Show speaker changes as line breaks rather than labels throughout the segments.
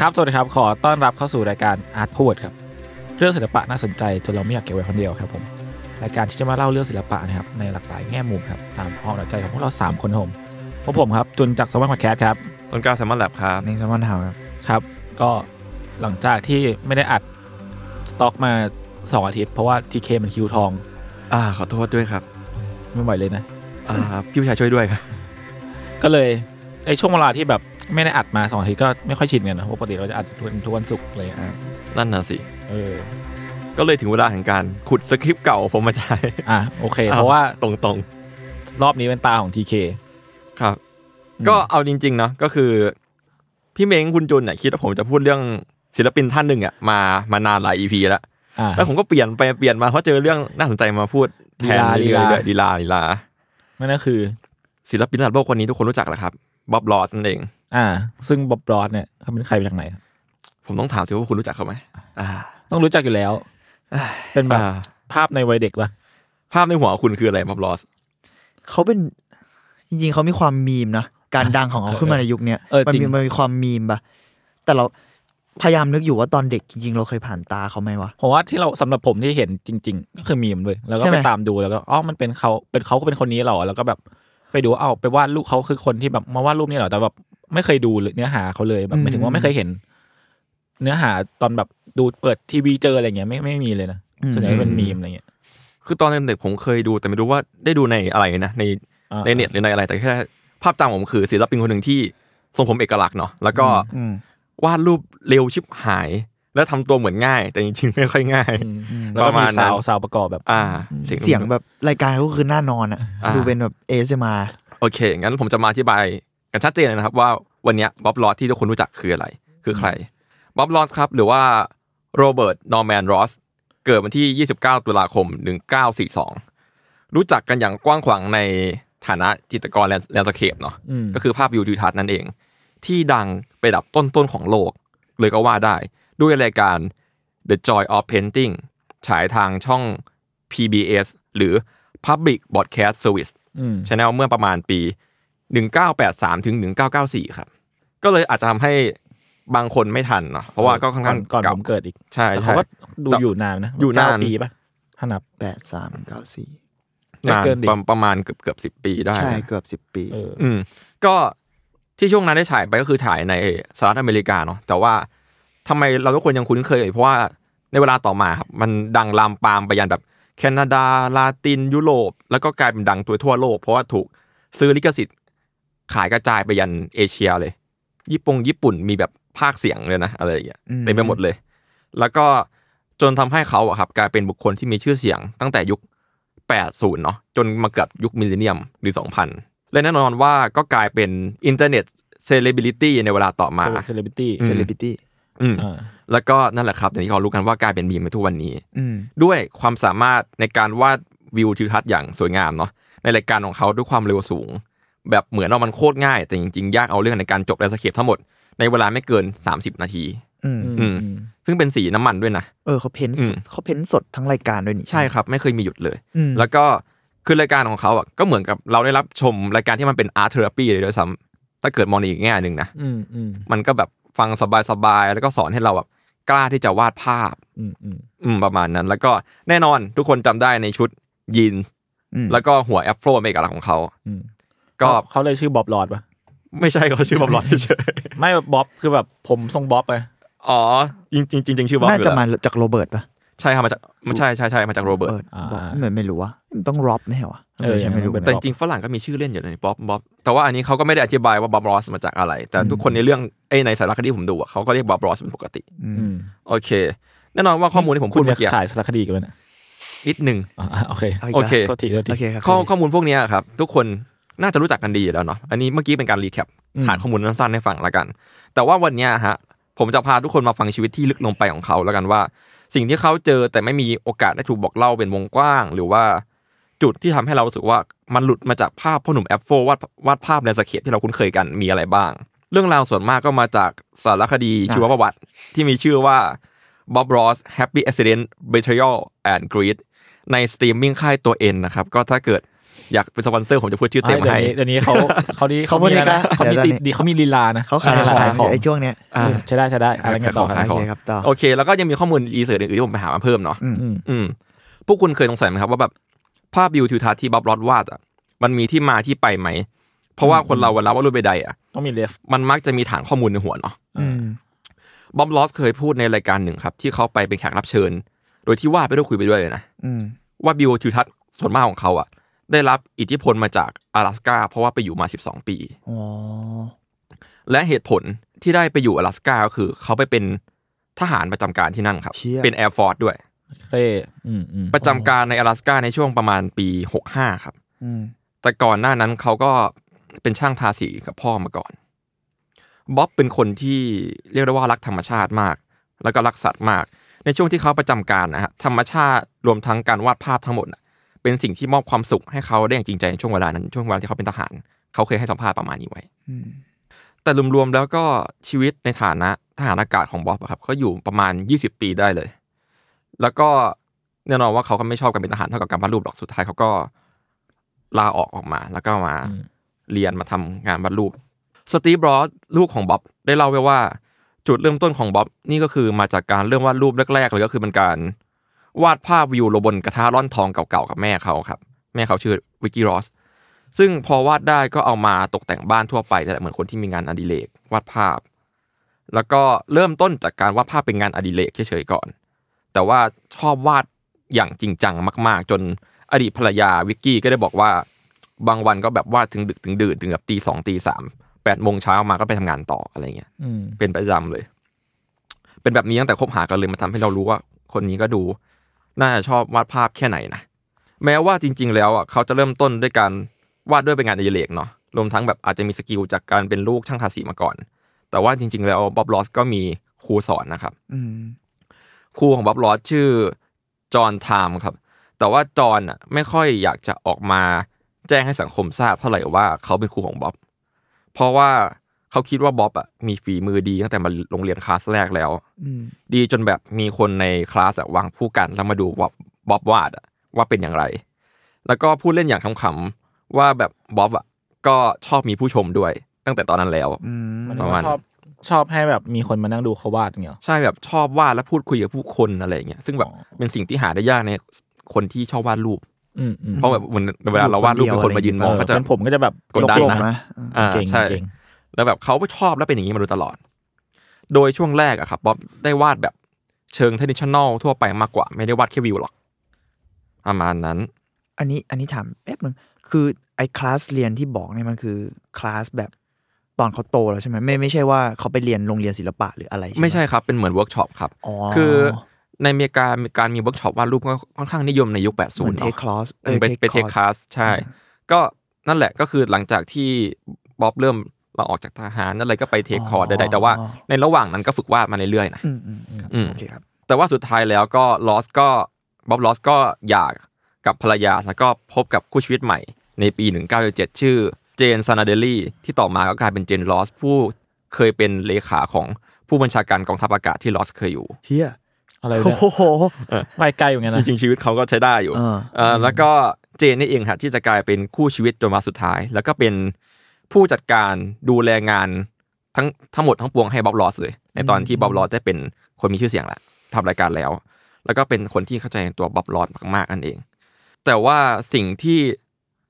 ครับ สวัสดีครับ ขอต้อนรับเข้าสู่รายการอาร์ตพูดครับ เรื่องศิลปะน่าสนใจจนเราไม่อยากเก็บไว้คนเดียวครับผม รายการที่จะมาเล่าเรื่องศิลปะนะครับในหลากหลายแง่มุมครับตามความสนใจของพวกเรา 3 คนครับผมพวกผมครับ จุนจากสมัครมาแคสครับ
ต้นกล้าแซมมอนแลบครับ
นี่แซมมอนเฮาครับ
ครับ ก็หลังจากที่ไม่ได้อัดสต็อกมา 2 อาทิตย์ เพราะว่าทีเคมันคิวทอง
อ่า ขอโทษด้วยครับ
ไม่ไหวเลยนะ
อ่า พี่ผู้ชายช่วยด้วยครับ
ก็เลยไอ้ช่วงเวลาที่แบบไม่ได้อัดมา2อาทิตย์ก็ไม่ค่อยชินกันนะเพราะปกติเราจะอัดทุกวันทุกวันศุกร์อะไรอย่างเลย
นั่นน่ะสิ
เออ
ก็เลยถึงเวลาแห่งการขุดสคริปต์เก่าผมมาใช้
อ่ะโอเค เพราะว่า
ตรง
รอบนี้เป็นตาของทีเค
ๆ ครับ ก็เอาจริงๆเนาะก็คือ พี่เม้งคุณจุนเนี่ยคิดว่าผมจะพูดเรื่องศิลปินท่านหนึ่งอ่ะมามานานหลายอีพีแล้ว
อ่า
แล้วผมก็เปลี่ยนไปเปลี่ยนมาเพราะเจอเรื่องน่าสนใจมาพูดแทน
ลี
เรื่
ลา
อยๆดีลาดีลา
นั่นก็คือ
ศิลปินระดับโลกคนนี้ทุกคนรู้จักแหละครับบ๊อบลอสนั่นเอง
อ่า ซึ่งบ๊อบบรอดเนี่ยเขาเป็นใครมาจากไหนครับ
ผมต้องถามสิว่าคุณรู้จักเขาไหมอ่า
ต้องรู้จักอยู่ แล้ว เป็นแบบ
อ่า
ภาพในวัยเด็กปะ
ภาพในหัวคุณคืออะไรบ๊อบลอส
เขาเป็นจริงๆเขามีความมีมนะการดังของเขาขึ้นมาในยุคเนี้ย
เออ
มั
จริง
มีมันมีความมีมปะแต่เราพยายามนึกอยู่ว่าตอนเด็กจริงๆเราเคยผ่านตาเขาไหมวะ
ผมว่าที่เราสำหรับผมที่เห็นจริง ๆ ก็คือมีมเลยแล้วก็
ใช่ไห
ไป
ม
ตามดูแล้วก็อ๋อมันเป็นเขาเป็นเขาก็เป็นคนนี้เหรอแล้วก็แบบไปดูเอาไปวาดรูปเขาคือคนที่แบบมาวาดรูปนี่เหรอแต่แบบไม่เคยดูเลยเนื้อหาเขาเลยแบบหมายถึงว่าไม่เคยเห็น เนื้อหาตอนแบบดูเปิดทีวีเจออะไรเงี้ยไม่ไม่มีเลยนะส่วนใหญ่ก็เป็นมีมอะไรเงี้ย
คือตอนเด็กๆผมเคยดูแต่ไม่รู้ว่าได้ดูในอะไรนะใน
อ่า
ในเน็ตหรือในอะไรแต่แค่ภาพจำผมคือศิลปินคนหนึ่งที่ทรงผมเอกลักษณ์เนาะแล้วก็
อืม
วาดรูปเร็วชิบหาย แล้วทำตัวเหมือนง่าย แต่จริงๆ ไม่ค่อยง่าย
แล้วก็
ประ
มี
มาณนั้น
สาวสาวประกอบแบบ
อ่า
เสียงแบบรายการเขาคือหน้านอนอ่ะ ดูเป็นแบบเอสมา
โอเคงั้นผมจะมาอธิบายกันชัดเจนเลยนะครับ ว่าวันเนี้บ๊อบลอสที่ทุกคนรู้จักคืออะไร คือใครบ๊อบลอสครับ หรือว่าโรเบิร์ตนอร์แมนรอสเกิดวันที่ 29 ตุลาคม 1942 รู้จักกันอย่างกว้างขวางในฐานะจิตรกรแลนด์แลนด์สเคปเนาะ
อืม
ก็คือภาพวิวทิวทัศน์นั่นเอง ที่ดังไประดับต้นๆของโลก เลยก็ว่าได้ด้วยรายการ The Joy of Painting ฉายทางช่อง PBS หรือ Public Broadcast Service
อืม
ชาแนลเมื่อประมาณปี 1983 ถึง 1994 ครับ ก็เลยอาจจะทำให้บางคนไม่ทันเนาะเพราะว่าก็ค่อนข้าง
ก่อน
เก่า
ผมเกิดอีก
ใช่
แต่เขา
ใช่
ก็ดูอยู่นานนะ
อยู่นาน
เก้ปีป่ะถ้านับ
แปดสามเก้าสี่
ไม่
นาน
เกินดิ
ประประมาณเกือบเกือบสิบปีได้
ใช่
นะ
เกือบสิบ10 ปี
เออ
อืมก็ที่ช่วงนั้นได้ฉายไปก็คือฉายในสหรัฐอเมริกาเนาะแต่ว่าทำไมเราทุกคนยังคุ้นเคยอยู่เพราะว่าในเวลาต่อมาครับมันดังลามปามไปยันแบบแคนาดาลาตินยุโรป แล้วก็กลายเป็นดังตัวทั่วโลก เพราะว่าถูกซื้อลิขสิทธิ์ขายกระจายไปยันเอเชียเลย ญี่ปุ่งญี่ปุ่นมีแบบภาคเสียงเลยนะอะไรอย่างเงี้ย
อืม
เต็มไปหมดเลย แล้วก็จนทำให้เขาอะครับกลายเป็นบุคคลที่มีชื่อเสียงตั้งแต่ยุค 80 เนาะจนมาเกือบยุคมิลเลนเนียมหรือ 2000 และแน่นอนว่าก็กลายเป็นอินเทอร์เน็ตเซเลบริตี้ในเวลาต่อมา
เซเลบริตี้
อืม
เซเลบริตี้
อืม
อ่า
แล้วก็นั่นแหละครับอย่างที่เขารู้กันว่ากลายเป็นมีมในทุกวันนี้
อืม
ด้วยความสามารถในการวาด วิวทิวทัศน์อย่างสวยงามเนาะในรายการของเขาด้วยความเร็วสูง แบบเหมือนว่ามันโคตรง่าย แต่จริงๆ ยากเอาเรื่องในการจบแลนสเคปทั้งหมดในเวลาไม่เกิน 30 นาที
อืม
อืม ซึ่งเป็นสีน้ำมันด้วยนะ
เออเขาเพ้น
อืม
เขาเพ้นสดทั้งรายการด้วยนี่
ใช่ครับไม่เคยมีหยุดเลย
อืม
แล้วก็คือรายการของเขาอ่ะก็เหมือนกับเราได้รับชมรายการที่มันเป็นอาร์ตเทอราปีเลยด้วยซ้ำถ้าเกิดมองในอีกแง่หนึ่งนะ
อืมอืม
มันก็แบบฟังสบายๆ แล้วก็สอนให้เราแบบกล้าที่จะวาดภาพ
อืมอืม
อืมประมาณนั้น แล้วก็แน่นอนทุกคนจำได้ในชุดยีนส์
อืม
แล้วก็หัวแอฟโฟรเป็นเอกลักษณ์ของเขา
อืม
ก็
เขาเลยชื่อบ๊อบหลอดปะ
ไม่ใช่เขาชื่อบ๊อบลอดเฉย
ไม่บ๊อบคือแบบผมทรงบ๊อบไป
ๆอ๋อ จริงๆจริงๆชื่อบ๊อบอ
น่า
ยู่
จะ
แล้ว
มาจากโรเบิร์ตปะ
ใช่ครับมาจากไม่ใช่ใช่ใช่มาจากโรเบิร์ต
อ่า
บอกไม่ไม่รู้ว่าต้องร็อบไม่ใช่วะ
เออ
ฉันไม่รู้
เป็น
แต่
นะ
จริงๆฝรั่งก็มีชื่อเล่นอยู่ในบ๊อบบ๊อบแต่ว่าอันนี้เขาก็ไม่ได้อธิบายว่าบ๊อบรอสมาจากอะไร แต่ทุกคนในเรื่องไอ้ยในสารคดีผมดูอะเขาก็เรียกบ๊อบรอสเป็นปกติ
อืม
อืม
โอเค แน่นอนว่าข้อมูลที่ผม
คุ
พู
ณ
ด
ไป
เมื่อกี้
ขายสารคดีกันไหมเนี่ย
นิดหนึ่ง
อ่ าโอเค
า
โอก
แล้ว
เค
โทษทีโทษที
โอเคครับ
ข้อข้อมูลพวกเนี้ยครับ ทุกคนน่าจะรู้จักกันดีอยู่แล้วเนาะอันนี้เมื่อกี้เป็นการรีแคป
อืม
ฐานข้อมูลสั้นๆให้ฟังละกัน แต่ว่าวันเนี้ยฮะผมจะพาทุกคนมาฟังชีวิตที่ลึกลงไปของเขาแล้วกันว่า สิ่งที่เขาเจอแต่ไม่มีโอกาสได้ถูกบอกเล่าเป็นวงกว้าง หรือว่าจุดที่ทำให้เรารู้สึกว่ามันหลุดมาจากภาพพ่อหนุ่มแอปโฟวาดวาดภาพในสเก็ตที่เราคุ้นเคยกันมีอะไรบ้าง เรื่องราวส่วนมากก็มาจากสารคดีชีวประวัติที่มีชื่อว่า Bob Ross Happy Accident Betrayal and Greed ในสตรีมมิ่งค่ายตัวเอ็นนะครับ ก็ถ้าเกิดอยากเป็นสปอนเซอร์ผมจะพูดชื่อเต็ม
เดี๋ยว
ให้
นี้เดี๋ยวนี้เขาเขาดี
เขาพูด
มี
อีก
อะไร
แล้ว
นะเขามี
ดี๋ยวตอน
ติ
นี้
ดีเขามีลีลานะ
เขาขาย
เออ
ของ
ขายของ
ไอ้ช่วงเนี้ย
อ่า
ใช่ได้ใช่ได้อะไรเงี้ยต่อค
ขาย
รับ
ของ
โอเคครับต่อ
โอเค แล้วก็ยังมีข้อมูลรีเสิร์ชอื่นๆที่ผมไปหามาเพิ่มเนาะ
อืม
อืม
อืมพวกคุณเคยสงสัยไหมครับว่าแบบภาพวิวทิวทัศน์ที่บ๊อบรอดวาดอ่ะมันมีที่มาที่ไปไหม เพราะว่าคนเราเวลาวาดรูปใดๆอ่ะ
ต้องมีเลฟ
มันมักจะมีฐานข้อมูลในหัวเนาะ
อืม
บ๊อบลอสเคยพูดในรายการหนึ่งครับ ที่เขาไปเป็นแขกรับเชิญ โดยที่วาดไปด้วยคุยไปด้วยเลยนะ
อืม
ว่าบิวทิวทัศน์ส่วนมากของเขาอ่ะ ได้รับอิทธิพลมาจาก阿拉สกาเพราะว่าไปอยู่มา 12 ปี
อ๋อ
และเหตุผลที่ได้ไปอยู่阿拉สกาก็คือ เขาไปเป็นทหารประจำการที่นั่นครับ
เชี่ย
เป็นแอร์ฟอร์ดด้วย
เร่อืมอืม
ประจำการใน阿拉สกาในช่วงประมาณปี 65 ครับ
อืม
แต่ก่อนหน้านั้นเขาก็เป็นช่างทาสีกับพ่อมาก่อนบ๊อบเป็นคนที่เรียกได้ว่ารักธรรมชาติมาก แล้วก็รักสัตว์มาก ในช่วงที่เขาประจำการนะฮะธรรมชาติรวมทั้งการวาดภาพทั้งหมดน่ะเป็นสิ่งที่มอบความสุขให้เขาได้อย่างจริงใจในช่วงเวลานั้นช่วงเวลาที่เขาเป็นทหาร เขาเคยให้สัมภาษณ์ประมาณนี้ไว้
อืม
แต่รวมๆแล้วก็ชีวิตในฐานะทหารอากาศของบ๊อบอะครับเขาอยู่ประมาณ 20 ปีได้เลย แล้วก็แน่นอนว่าเขาก็ไม่ชอบการเป็นทหารเท่ากับการวาดรูปหรอกสุดท้ายเขาก็ลาออกออกมา แล้วก็มาเรียนมาทำงานวาดรูปสตีฟบรอสลูกของบ๊อบได้เล่าไว้ว่า จุดเริ่มต้นของบ๊อบนี่ก็คือมาจากการเริ่มวาดรูปแรกๆเลยก็คือเป็นการวาดภาพวิวลงบนกระทะร่อนทองเก่าๆกับแม่เขาครับ แม่เขาชื่อวิกกี้รอส ซึ่งพอวาดได้ก็เอามาตกแต่งบ้านทั่วไปนั่นแหละเหมือนคนที่มีงานอดิเรกวาดภาพ แล้วก็เริ่มต้นจากการวาดภาพเป็นงานอดิเรกเฉยๆก่อน แต่ว่าชอบวาดอย่างจริงจังมาก ๆ จนอดีตภรรยาวิกกี้ก็ได้บอกว่า บางวันก็แบบวาดถึงดึกถึงดื่นถึงแบบตีสองตีสามแปดโมงเช้ามาก็ไปทำงานต่ออะไรเงี้ย
อืม
เป็นประจำเลย เป็นแบบนี้ตั้งแต่คบหากันเลยมันทำให้เรารู้ว่า คนนี้ก็ดู น่าจะชอบวาดภาพแค่ไหนนะ แม้ว่าจริง ๆ แล้วอ่ะเขาจะเริ่มต้นด้วยการวาดด้วยเป็นงานอดิเรกเนาะ รวมทั้งแบบอาจจะมีสกิลจากการเป็นลูกช่างทาสีมาก่อน แต่ว่าจริง ๆ แล้วบ๊อบลอสก็มีครูสอนนะครับ
อืม
ครูของบ๊อบลอสชื่อจอห์นไทม์ครับ แต่ว่าจอห์นอ่ะไม่ค่อยอยากจะออกมาแจ้งให้สังคมทราบเท่าไหร่ว่าเขาเป็นครูของบ๊อบ เพราะว่าเขาคิดว่าบ๊อบอ่ะมีฝีมือดีตั้งแต่มาโรงเรียนคลาสแรกแล้ว
อืม
ดีจนแบบมีคนในคลาสอะวางผู้กันแล้วมาดูว่าบ๊อบวาดอะว่าเป็นอย่างไร แล้วก็พูดเล่นอย่างขำๆว่าแบบบ๊อบอะก็ชอบมีผู้ชมด้วย ตั้งแต่ตอนนั้นแล้ว
อืม
มัน
ประมาณ
ชอบชอบให้แบบมีคนมานั่งดูเขาวาดอย่างเงี้ยหรอ
ใช่แบบชอบวาดและพูดคุยกับผู้คนอะไรอย่างเงี้ยซึ่งแบบ
อ๋อ
เป็นสิ่งที่หาได้ยากในคนที่ชอบวาดรูป
อืมอืม
เพราะแบบเหมือนเวลาเราวาดรูปเป็นคนมายืนมองก็จะ
เป็นผมก็จะแบบ
กดดัน
โล
โล
ง
ง
ๆนะ
นะอืม
อ่า
เก่ง
ใช่
เก่ง
แล้วแบบเขาก็ชอบแล้วเป็นอย่างนี้มาโดยตลอด โดยช่วงแรกอะครับบ๊อบได้วาดแบบเชิงเทนนิชแนลทั่วไปมากกว่า ไม่ได้วาดแค่วิวหรอกประมาณนั้น
อันนี้อันนี้ถามแป๊บหนึ่งคือไอ้คลาสเรียนที่บอกเนี่ยมันคือคลาสแบบตอนเขาโตแล้วใช่ไหมไม่ไม่ใช่ว่าเขาไปเรียนโรงเรียนศิลปะหรืออะไร
ไม่ใช่ครับ เป็นเหมือนเวิร์กช็อปครับ
อ๋อ
คือในอเมริกาการมีเวิร์กช็อปวาดรูปก็ค่อนข้างนิยมในยุค 80
เหมือน
เน
เทค
อะ
คลาส
ไปไปเทคคลาสใช่ ก็นั่นแหละก็คือหลังจากที่บ๊อบเริ่มเราออกจากทหารนั่นเลยก็ไปเทคคอร์สใดๆแต่ว่าในระหว่างนั้นก็ฝึกวาดมาเรื่อยๆนะ
อืมอืมอืม
อืม
โอเคครับ
แต่ว่าสุดท้ายแล้วก็ลอสก็บ๊อบลอสก็อยาก กับภรรยา แล้วก็พบกับคู่ชีวิตใหม่ในปี 1977 ชื่อเจนซานาเดลลี่ที่ต่อมาก็กลายเป็นเจนลอส ผู้เคยเป็นเลขาของผู้บัญชาการกองทัพอากาศที่ลอสเคยอยู่
เฮีย
อะไรเนี่ย
โอ้โห
ไปไกลเหมือนกัน
จ
นะ
ริงๆชีวิตเขาก็ใช้ได้อยู่
อ่า
เอ่อแล้วก็เจนนี่เองฮะที่จะกลายเป็นคู่ชีวิตจนมาสุดท้าย แล้วก็เป็นผู้จัดการดูแลงานทั้งทั้งหมดทั้งปวงให้บ๊อบลอสเลย ในตอนที่บ๊อบลอสได้เป็นคนมีชื่อเสียงแล้วทำรายการแล้ว แล้วก็เป็นคนที่เข้าใจในตัวบ๊อบลอสมากๆนั่นเอง แต่ว่าสิ่งที่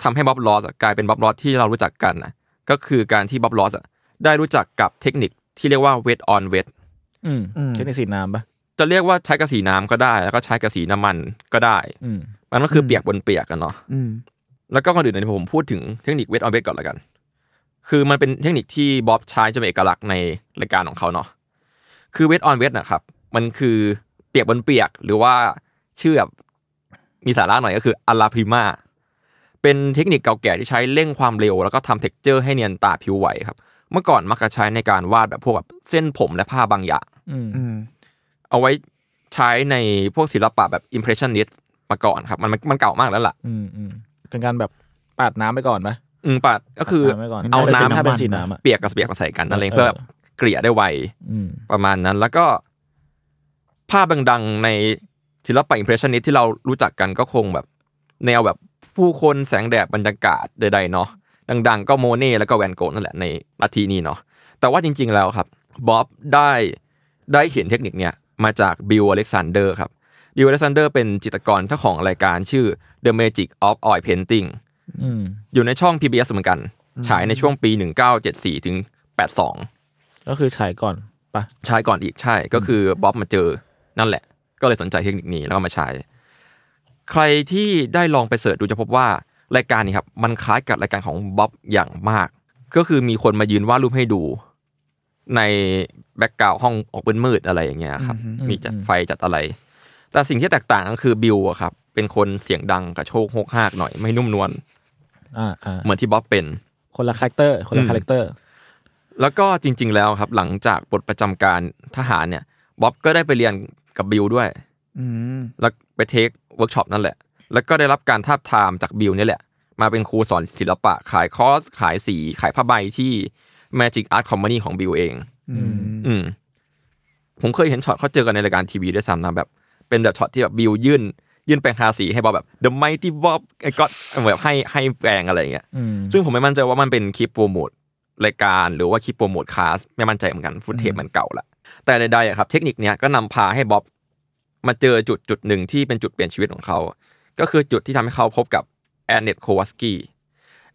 ทำให้บ๊อบลอสอะกลายเป็นบ๊อบลอสที่เรารู้จักกันนะก็คือการที่บ๊อบลอสอะได้รู้จักกับเทคนิคที่เรียกว่าเวทออนเวท
อืม
อืม
เทคนิคสีน้ำปะ
จะเรียกว่าใช้กระสีน้ำก็ได้ แล้วก็ใช้กระสีน้ำมันก็ได้
อืม
มันก็คือเปียกบนเปียกกันเนาะ
อืม
แล้วก็ก่อนอื่นเนยผมพูดถึงเทคนิคเวทออนเวทก่อนละกัน คือมันเป็นเทคนิคที่บ๊อบใช้จะเป็นเอกลักษณ์ในรายการของเขาเนาะ คือเวทออนเวทนะครับ มันคือเปียกบนเปียก หรือว่าชื่อแบบมีสาระหน่อยก็คืออลาพริมาเป็นเทคนิคเก่าแก่ที่ใช้เร่งความเร็ว แล้วก็ทำเท็กเจอร์ให้เนียนตาผิวไหวครับ เมื่อก่อนมักจะใช้ในการวาดแบบพวกแบบเส้นผมและผ้าบางอย่าง
อืม
อืม
เอาไว้ใช้ในพวกศิลปะแบบ impressionist มาก่อนครับ มันมันมันเก่ามากแล้วล่ะ
อืมอืมเป็นการแบบปาดน้ำไปก่อนปะ
อืมปะก็คือ
ปาดน้ำไปก่อน
เอาน้ำ
ถ้าเป็นสีน้ำอ่ะ
เปียกกับเปียกมาใส่กันนั่นเอง
เออ
เพื่อแบบเกลี่ยได้ไว
อืม
ประมาณนั้น แล้วก็ภาพดังๆในศิลปะอิมเพรสชันนิสที่เรารู้จักกันก็คงแบบ แนวแบบผู้คนแสงแดดบรรยากาศใดๆเนาะดังๆ ก็โมเน่แล้วก็แวนโกะนั่นแหละในนาทีนี้เนาะแต่ว่าจริงๆแล้วครับบ๊อบได้ได้เห็นเทคนิคเนี่ยมาจากบิลอเล็กซานเดอร์ครับบิลอเล็กซานเดอร์เป็นจิตรกรเจ้าของรายการชื่อ The Magic of Oil Painting
อืม
อยู่ในช่อง PBS เหมือนกัน ฉายในช่วงปี 1974ถึง82
ก็คือฉายก่อนปะ
ใช้ก่อนอีกใช่ก็คือบ๊อบมาเจอนั่นแหละ ก็เลยสนใจเทคนิคนี้แล้วก็มาใช้ ใครที่ได้ลองไปเสิร์ชดูจะพบว่ารายการนี้ครับ มันคล้ายกับรายการของบ๊อบอย่างมาก ก็คือมีคนมายืนวาดรูปให้ดู ในแบ็กกราวห้องออกเป็นมืดอะไรอย่างเงี้ยครับ มีจัดไฟจัดอะไร แต่สิ่งที่แตกต่างก็คือบิลอะครับ เป็นคนเสียงดังกับโชคโฮกฮากหน่อยไม่นุ่มนวล
อ่าอ่า
เหมือนที่บ๊อบเป็น
คนละคาแรคเตอร์ คนละ
อืม
คาแรคเตอร์
แล้วก็จริง ๆ แล้วครับ หลังจากปลดประจำการทหารเนี่ยบ๊อบก็ได้ไปเรียนกับบิลด้วย
อืม
แล้วไปเทคเวิร์กช็อปนั่นแหละ แล้วก็ได้รับการทาบทามจากบิลเนี่ยแหละ มาเป็นครูสอนศิลปะ ขายคอร์ส ขายสี ขายผ้าใบที่ Magic Art Company ของบิลเอง
อืม
อืม ผมเคยเห็นช็อตเขาเจอกันในรายการทีวีด้วยซ้ำนะแบบ เป็นแบบช็อตที่แบบบิลยื่น ยื่นแปรงทาสีให้บ๊อบแบบ The Mighty Bob ไอ้ก็แบบให้ให้แปรงอะไรอย่างเงี้ย
อืม
ซึ่งผมไม่มั่นใจว่ามันเป็นคลิปโปรโมทรายการหรือว่าคลิปโปรโมทคลาสไม่มั่นใจเหมือนกันฟุตเทปมันเก่าละแต่ใดๆอะครับ เทคนิคเนี้ยก็นำพาให้บ๊อบมาเจอจุดจุดหนึ่งที่เป็นจุดเปลี่ยนชีวิตของเขา ก็คือจุดที่ทำให้เขาพบกับแอนเนตโควัสกี้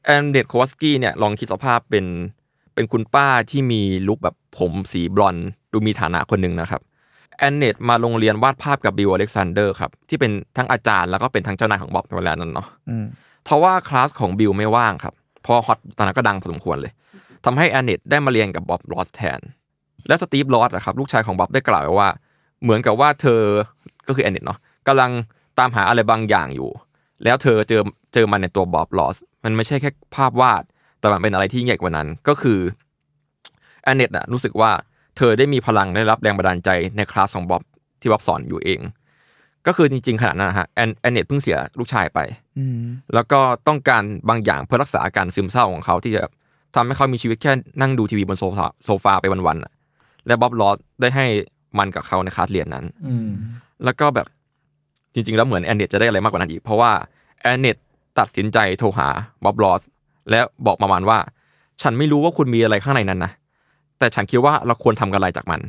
แอนเนตโควัสกี้เนี่ยลองคิดสภาพเป็นเป็นคุณป้าที่มีลุคแบบผมสีบลอนด์ดูมีฐานะคนหนึ่งนะครับแอนเนตมาโรงเรียนวาดภาพกับบิลอเล็กซานเดอร์ครับที่เป็นทั้งอาจารย์แล้วก็เป็นทั้งเจ้านายของบ๊อบในเวลานั้นเนาะ
อืม
ทว่าคลาสของบิลไม่ว่างครับ เพราะฮอตตอนนั้นก็ดังพอสมควรเลยทำให้แอนเนตได้มาเรียนกับบ๊อบลอสแทน และสตีฟลอสอะครับลูกชายของบ๊อบได้กล่าวไว้ว่า เหมือนกับว่าเธอก็คือแอนเนตเนาะกำลังตามหาอะไรบางอย่างอยู่ แล้วเธอเจอเจอมันในตัวบ๊อบลอสมันไม่ใช่แค่ภาพวาด แต่มันเป็นอะไรที่ยิ่งใหญ่กว่านั้นก็คือแอนเนตอะรู้สึกว่าเธอได้มีพลังได้รับแรงบันดาลใจในคลาสของบ๊อบที่บ๊อบสอนอยู่เอง ก็คือจริงๆขนาดนั้นนะฮะแอนแอนเนตเพิ่งเสียลูกชายไป
อืม
แล้วก็ต้องการบางอย่างเพื่อรักษาอาการซึมเศร้าของเขาที่จะทำให้เขามีชีวิตแค่นั่งดูทีวีบนโซฟาโซฟาไปวันๆน่ะและบ๊อบลอสได้ให้มันกับเขาในคลาสเรียนนั้น
อืม
แล้วก็แบบจริงๆ แล้วเหมือนแอนเนตจะได้อะไรมากกว่านั้นอีก เพราะว่าแอนเนตตัดสินใจโทรหาบ๊อบลอสและบอกประมาณว่า ฉันไม่รู้ว่าคุณมีอะไรข้างในนั้นนะแต่ฉันคิดว่าเราควรทำกันอะไรจากมัน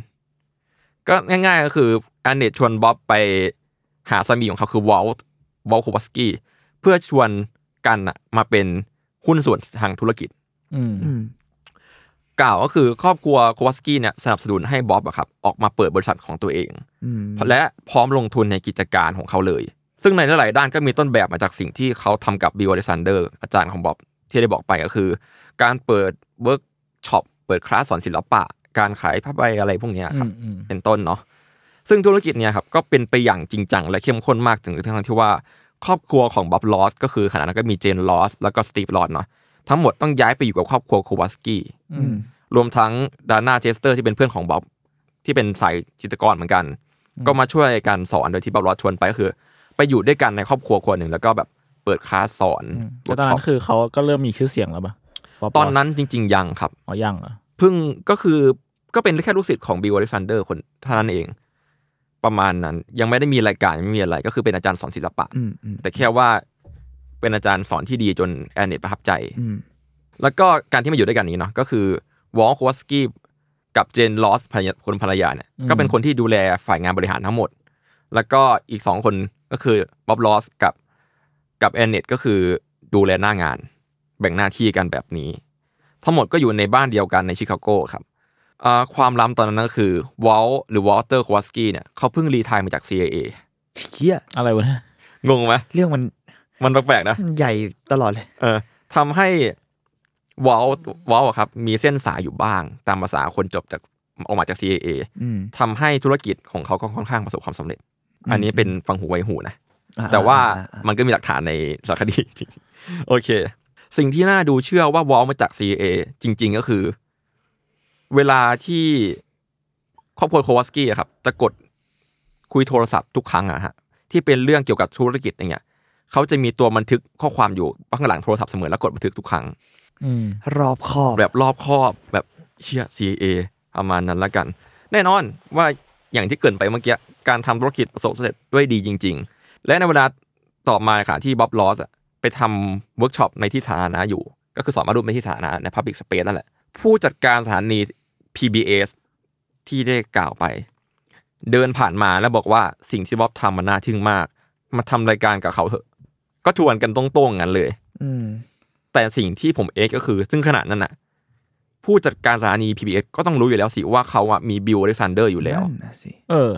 ก็ง่าย ๆ ก็คือแอนเนตชวนบ๊อบไปหาสามีของเขาคือวอลต์วอลโควัสกี้เพื่อชวนกันน่ะมาเป็นหุ้นส่วนทางธุรกิจ
อืม
อืม
กล่าวก็คือครอบครัวโควัสกี้เนี่ยสนับสนุนให้บ๊อบอะครับออกมาเปิดบริษัทของตัวเอง
อืม
และพร้อมลงทุนในกิจการของเขาเลย ซึ่งในหลายๆด้านก็มีต้นแบบมาจากสิ่งที่เขาทำกับบิลอเดซันเดอร์อาจารย์ของบ๊อบที่ได้บอกไปก็คือ การเปิดเวิร์กช็อปเปิดคลาสสอนศิลปะ การขายผ้าใบอะไรพวกเนี้ยครับ
อืม
เป็นต้นเนาะซึ่งธุรกิจเนี่ยครับก็เป็นไปอย่างจริงจังและเข้มข้นมากถึงทั้งที่ว่าครอบครัวของบ๊อบลอสก็คือขณะนั้นก็มีเจนลอสแล้วก็สตีฟลอสเนาะทั้งหมดต้องย้ายไปอยู่กับครอบครัวโควาสกี้
อืม
รวมทั้งดาน่าเชสเตอร์ที่เป็นเพื่อนของบ๊อบที่เป็นสายจิตรกรเหมือนกัน ก็มาช่วยกันสอนโดยที่บ๊อบลอสชวนไปก็คือ ไปอยู่ด้วยกันในครอบครัวคนหนึ่งแล้วก็แบบเปิดคลาสสอน
อืม
เวิ
แต่
ร์
ตอน
ก
นั้
ช็อป
นคือเขาก็เริ่มมีชื่อเสียงแล้วปะ
ตอนนั้นจริง ๆ ยังครับ
อ๋อยังเหรอ
เพิ่งก็คือก็เป็นแค่ลูกศิษย์ของบิวอเล็กซานเดอร์คนเท่านั้นเอง ประมาณนั้น ยังไม่ได้มีรายการยังไม่มีอะไร ก็คือเป็นอาจารย์สอนศิลปะ
อืมอืม
แต่แค่ว่าเป็นอาจารย์สอนที่ดีจนแอนเนตประทับใจ
อืม
แล้วก็การที่มาอยู่ด้วยกันนี้เนาะก็คือวอลโควสกี้กับเจนลอสภรรยาคนภรรยาเนี่ยก็เป็นคนที่ดูแลฝ่ายงานบริหารทั้งหมด แล้วก็อีกสองคนก็คือบ๊อบลอสกับกับแอนเนตก็คือดูแลหน้างาน แบ่งหน้าที่กันแบบนี้ ทั้งหมดก็อยู่ในบ้านเดียวกันในชิคาโกครับอ่าความล้ำตอนนั้นก็คือวอลหรือวอลเตอร์ควอสกี้เนี่ยเขาเพิ่งรีไทายมาจาก CIA
เฮีย
อะไรวะเนี่ย
งงไหม
เรื่องมัน
มันแปลกๆนะ
มันใหญ่ตลอดเลย
เออทำให้วอลวอลครับ มีเส้นสายอยู่บ้าง ตามภาษาคนจบจากออกมาจาก CIA
อืม
ทำให้ธุรกิจของเขาก็ค่อนข้างประสบความสำเร็จ อันนี้เป็นฟังหูไวหูนะ
อ่
แต่ว่า
อ่อ่
มันก็มีหลักฐานในสารคดี จริงโอเค สิ่งที่น่าดูเชื่อว่าวอลมาจาก CIA จริง ๆ ก็คือ เวลาที่ครอบครัวโควอสกี้อะครับ จะกดคุยโทรศัพท์ทุกครั้งอะฮะที่เป็นเรื่องเกี่ยวกับธุรกิจอย่างเงี้ยเขาจะมีตัวบันทึกข้อความอยู่ข้างหลังโทรศัพท์เสมอแล้วกดบันทึกทุกครั้ง
อืม
รอบคอบ
แบบรอบคอบแบบเชี่ย CIA ประมาณนั้นละกัน แน่นอนว่าอย่างที่เกรินไปเมื่อกี้ การทำธุรกิจประสบความสำเร็จด้วยดีจริง ๆ และในเวลาต่อมาค่ะที่บ๊อบลอสอะไปทำเวิร์กช็อปในที่สาธารณะอยู่ ก็คือสอนมารูปในที่สาธารณะใน Public Space นั่นแหละ ผู้จัดการสถานี PBS ที่ได้กล่าวไป เดินผ่านมาแล้วบอกว่าสิ่งที่บ๊อบทำมันน่าทึ่งมาก มาทำรายการกับเขาเถอะ ก็ชวนกันตรงๆงั้นเลย
อืม
แต่สิ่งที่ผมเอ็กซ์ก็คือ ซึ่งขนาดนั้นน่ะ ผู้จัดการสถานี PBS ก็ต้องรู้อยู่แล้วสิว่าเขาอะมีบิลอเล็กซานเดอร์อยู่แล้ว
นั่นนะสิ
เออ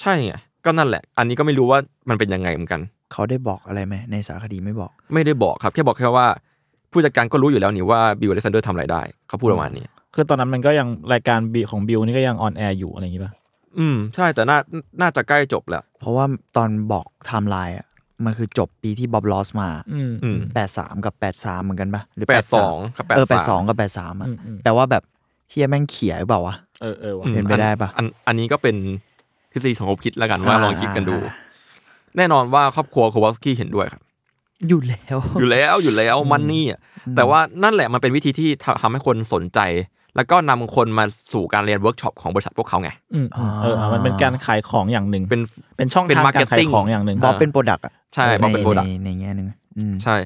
ใช่ไงก็นั่นแหละ อันนี้ก็ไม่รู้ว่ามันเป็นยังไงเหมือนกัน
เขาได้บอกอะไรไหมในสารคดีไม่บอก
ไม่ได้บอกครับ แค่บอกแค่ว่า ผู้จัดการก็รู้อยู่แล้วนี่ว่าบิลอเล็กซานเดอร์ทำอะไรได้ เขาพูดประมาณนี้
คือตอนนั้นมันก็ยังรายการบีของบิวนี่ก็ยังออนแอร์อยู่อะไรอย่างงี้ป่ะ
อืม ใช่แต่น่าน่าจะใกล้จบแล้ว
เพราะว่าตอนบอกไทม์ไลน์อ่ะมันคือจบปีที่บ๊อบลอสมา
อืม
อืม
83 กับ 83 เหมือนกันปะหรือ
แปดส
83
องกับ
เออ
แปดสาม
82 กับ 83อ่ะ
อืมอืม
แปลว่าแบบเฮียแม่งเขี่ยหรือเปล่าวะ
เออเออว่ะ
เป็นไปได้ปะ
อันอันอันนี้ก็เป็นทฤษฎีสมคบคิดแล้วกันว่าลองคิดกันดู แน่นอนว่าครอบครัวโควอสกี้เห็นด้วยครับ
อยู่แล้ว
อยู่แล้วอยู่แล้วมันนี่อะแต่ว่านั่นแหละมันเป็นวิธีที่ทำทำให้คนสนใจ แล้วก็นำคนมาสู่การเรียนเวิร์กช็อปของบริษัทพวกเขาไง
อืมอืมเอออ่ะมันเป็นการขายของอย่างหนึ่ง
เป็น
เป็นช่อง
เป็น
ทางการขาย
marketing
ของอย่างหนึ่ง
บ๊อบเป็นโปรดักต์อ่ะ
ใช่บ๊อบเป็น product
ในในแง่หนึ่งอืม
ใช่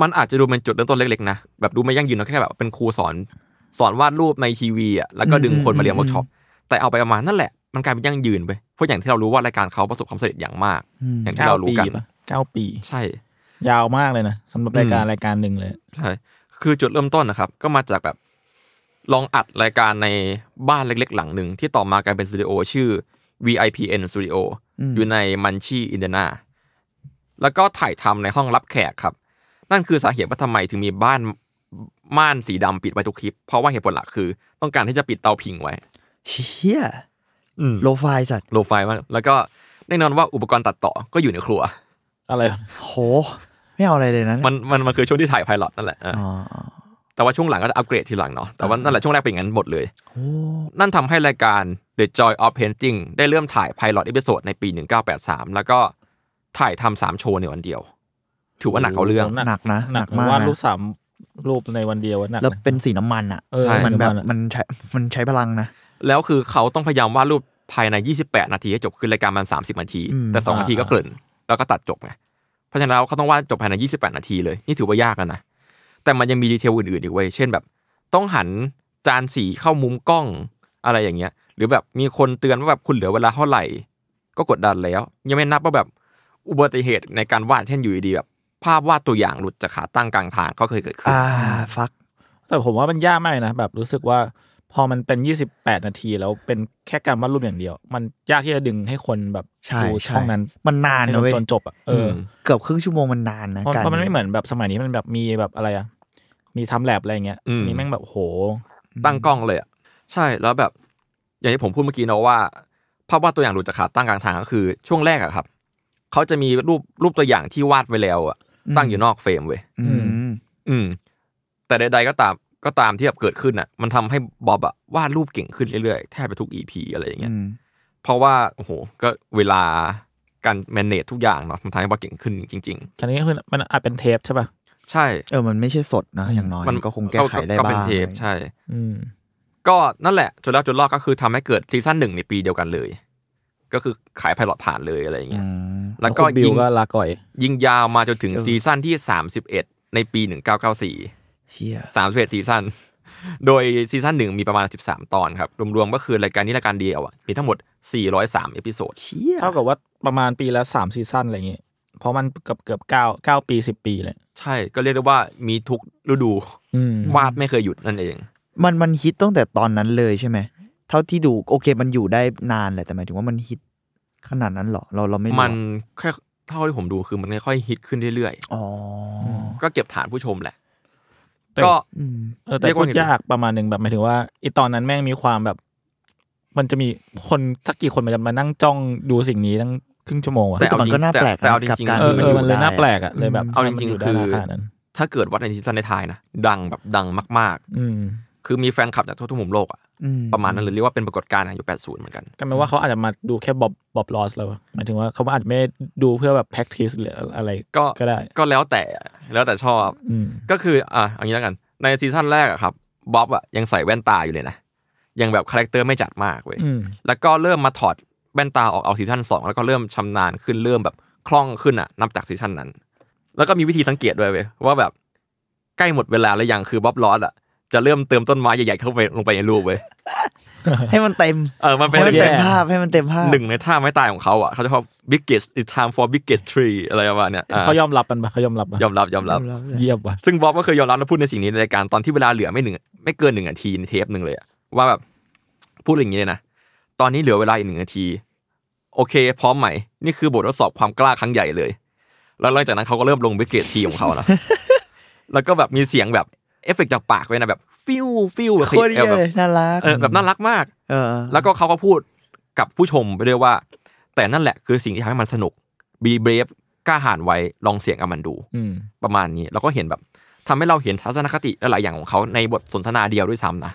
มันอาจจะดูเป็นจุดเริ่มต้นเล็กๆนะ แบบดูไม่ยั่งยืนนะแค่แบบเป็นครูสอนสอนวาดรูปในทีวีอ่ะแล้วก็ดึงคนมาเรียนเวิร์กช็อปแต่เอาไปเอามานั่นแหละมันกลายเป็นยั่งยืนไปเพราะอย่างที่เรารู้ว่ารายการเขาประสบความสำเร็จอย่างมาก อย่างที่
เก้า
เรารู้
ปี
กัน
ป่ะเก้าปี
ใช่
ยาวมากเลยนะสำหรับรายการรายการหนึ่งเลย
ใช่ คือจุดเริ่มต้นนะครับ ก็มาจากแบบลองอัดรายการในบ้านเล็กๆ หลังหนึ่งที่ต่อมากลายเป็นสตูดิโอชื่อ VIPN Studio อยู่ในมันชีอินเดนาแล้วก็ถ่ายทำในห้องรับแขกครับ นั่นคือสาเหตุว่าทำไมถึงมีบ้านม่านสีดำปิดไว้ทุกคลิป เพราะว่าเหตุผลหลักคือ ต้องการที่จะปิดเตาผิงไว้
เฮีย
อืม
โลไฟล์สัตว์
โลไฟล์มาก แล้วก็แน่นอนว่าอุปกรณ์ตัดต่อก็อยู่ในครัว
อะไร
โห ไม่เอาอะไรเลยนะ
มันมันมันคือช่วงที่ถ่ายไพลอตนั่นแหละเออ
อ๋ออ๋อ
แต่ว่าช่วงหลังก็จะอัปเกรดทีหลังเนาะ แต่ว่านั่นแหละช่วงแรกเป็นอย่างนั้นหมดเลย
โอ้
นั่นทำให้รายการ The Joy of Painting ได้เริ่มถ่ายไพลอตอีพิโซดในปี 1983 แล้วก็ถ่ายทำสามโชว์ในวันเดียว ถือว่าหนักเอาเรื่อง
หนักนะ
ห
ห
นั
นั
ก
กมาก
ว่าด
นะ
รูปสามรูปในวันเดียวอะหนัก
แล้ว
นะ
เป็นสีน้ำมันอ่ะ
เออ
ใช่
มันแบบ
ำอะ
มันใช้มันใช้พลังนะ
แล้วคือเขาต้องพยายามวาดรูปภายใน 28 นาทีให้จบ คือรายการมัน 30 นาที
อืม
แต่ 2 นาทีก็เกริ่น แล้วก็ตัดจบไง เพราะฉะนั้นแล้วเขาต้องวาดจบภายใน 28 นาทีเลย นี่ถือว่ายากแล้วนะ แต่มันยังมีดีเทลอื่นๆอีกเว้ย เช่นแบบ ต้องหันจานสีเข้ามุมกล้องอะไรอย่างเงี้ย หรือแบบมีคนเตือนว่าแบบคุณเหลือเวลาเท่าไหร่ ก็กดดันแล้ว ยังไม่นับว่าแบบอุบัติเหตุในการวาดเช่นอยู่ดีๆแบบภาพวาดตัวอย่างหลุดจากขาตั้งกลางทางก็เคยเกิดขึ้น
อ่าฟัก
แต่ผมว่ามันยากมากเลยนะแบบรู้สึกว่าพอมันเป็นยี่สิบแปดนาทีแล้วเป็นแค่การวาดรูปอย่างเดียว มันยากที่จะดึงให้คนแบบ
ใช่
ดู
ใช่
ช่องนั้น
มันนาน
ให้
นะเว้ย
จนจบอ่ะเอออ
ม
เกือบครึ่งชั่วโมงมันนานนะ
เพราะ
การ
เพราะมันไม่เหมือนแบบสมัยนี้มันแบบมีแบบอะไรอะมีทำแลบอะไรอย่างเงี้ย
อืม
นี่แม่งแบบโห
ตั้งกล้องเลยอ่ะใช่แล้วแบบ อย่างที่ผมพูดเมื่อกี้เนาะว่า ภาพวาดตัวอย่างหลุดจากขาตั้งกลางทางก็คือ ช่วงแรกอะครับเขาจะมีรูปรูปตัวอย่างที่วาดไว้แล้วอะ
อืม
ตั้งอยู่นอกเฟรมเว้ย
อืม
อืม แต่ใดๆก็ตามก็ตามที่แบบเกิดขึ้นอะมันทำให้บ๊อบอะวาดรูปเก่งขึ้นเรื่อยๆแทบไปทุกอีพีอะไรอย่างเงี้ย
อืม
เพราะว่าโอ้โหก็เวลา การ manage ทุกอย่างเนาะมันทำให้บอสเก่งขึ้นจริง
อันนี้ก็คือมันอาจเป็นเทปใช่ป่ะ
ๆ ใช่
เออมันไม่ใช่สดนะอย่างน้อยมันก็คงแก้ไขได้
ก็
บ้าง
เป็นเทปใช่
อืม
ก็นั่นแหละจนแล้วจนรอดก็คือทำให้เกิดซีซั่นหนึ่งในปีเดียวกันเลย ก็คือขายไพลอตผ่านเลยอะไรอย่างเงี้
อื
ย
ม
แล้วก็
คุณบิ
ยิ
ว
ง
ก็ลาก่อย
ยิงยาวมาจนถึงซีซั่นที่ 31 ในปี 1994
เฮีย
31ซีซั่น โดยซีซั่นหนึ่งมีประมาณ 13 ตอนครับ รวมๆก็คือรายการนี้รายการเดียวอ่ะมีทั้งหมด 403 เอพิโซด
เชีย
เท่ากับว่าประมาณปีละสามซีซั่นอะไรอย่างงี้ เพราะมันเกือบเกือบเก้าเก้าปีสิบปีเลย
ใช่ก็เรียกได้ว่ามีทุกฤดู
อืม
วาดไม่เคยหยุดนั่นเอง
มันมันฮิตตั้งแต่ตอนนั้นเลยใช่ไหมเท่าที่ดูโอเคมันอยู่ได้นานแหละแต่หมายถึงว่ามันฮิตขนาดนั้นเหรอเราเราไม่รู้
มันแค่เท่าที่ผมดูคือมันค่อยๆฮิตขึ้นเรื่อย
อ๋อ
ๆ ก็เก็บฐานผู้ชมแหละ
แต่
ก็
อืม
เออแต่
เรียก
พูด
ว่าไงดี
ยากประมาณหนึ่งแบบหมายถึงว่าไอตอนนั้นแม่งมีความแบบ มันจะมีคนสักกี่คนมันจะมานั่งจ้องดูสิ่งนี้ตั้งครึ่งชั่วโมงอะ
แต่
เอา
มันก็น่าแปลก
แต่เอาจริง
กับ
ๆ
การ
เออ
ที่
เอ
มั
อมั
นอยู่
นเลย
ได้
น่าแปลกอะเลยแบบ
เอาจริงๆ
มันยู่ได้
คือ
ขนาดนั้น
ถ้าเกิดวัดในซีซั่นในไทยนะ ดังแบบดังมาก
อืม
ๆ คือมีแฟนคลับจากทั่วทุกมุมโลกอะ
อืม
ประมาณนั้นเลยเรียกว่าเป็นปรากฏการณ์อายุ80 เหมือนกัน
ก็แปลว่าเขาอาจจะมาดูแค่บอบบ๊อบลอสแล้วอะหมายถึงว่าเขาอาจจะไม่ดูเพื่อแบบ practice หรืออะไร
ก็
ก็ได้
ก็แล้วแต่แล้วแต่ชอบ
อืม
ก็คืออ่ะเอย่างนี้แล้วกัน ในซีซั่นแรกอะครับบ๊อบอะยังใส่แว่นตาอยู่เลยนะ ยังแบบคาแรคเตอร์ไม่จัดมากเว้ย
อืม
แล้วก็เริ่มมาถอดแว่นตาออกเอาซีซั่นสองแล้วก็เริ่มชำนาญขึ้นเริ่มแบบคล่องขึ้นอ่ะนับจากซีซั่นนั้น แล้วก็มีวิธีสังเกตด้วยเว้ยว่าแบบใกล้หมดเวลาแล้วยังคือบ๊อบลอสอ่ะจะเริ่มเติมต้นไม้ใหญ่ๆเข้าไปลงไปในรูปเว้ย
ให้มันเต็ม
เออมันเป็
ให้
น
มันเต็ม
แย่
ภาพให้มันเต็มภาพ
หนึ่งในท่าไม้ตายของเขาอ่ะเขาจะชอบ biggest is time for biggest tree อะไรประมาณเนี้ยอ่ะ
เขายอมรับมันปะเขายอมรับปะ
ยอมรับยอมรับ
ยอมรับ
เยี่ยมว่ะ
ซึ่งบ๊อบก็เคยยอมรับและพูดในสิ่งนี้ในรายการตอนที่เวลาเหลือไม่หนึ่งไม่เกินหนึ่งนาทีในเทปหนึ่งเลยอะว่าแบบพูดอย่างนี้เลยนะ ตอนนี้เหลือเวลาอีกหนึ่งนาที โอเค พร้อมใหม่ นี่คือบททดสอบความกล้าครั้งใหญ่เลย แล้วหลังจากนั้นเขาก็เริ่มลงไปเกรดทีของเขานะ แล้วก็แบบมีเสียงแบบเอฟเฟกต์จากปากไว้นะแบบ ฟิวฟิวแบบ
โคตรเยอะเลยน่ารัก
เออแบบน่ารักมาก
เออ
แล้วก็เขาก็พูดกับผู้ชมไปด้วยว่า แต่นั่นแหละคือสิ่งที่ทำให้มันสนุก be brave กล้าหาญไว้ลองเสี่ยงกับมันดู
อืม
ประมาณนี้แล้วก็เห็นแบบทำให้เราเห็นทัศนคติหลายๆอย่างของเขาในบทสนทนาเดียวด้วยซ้ำนะ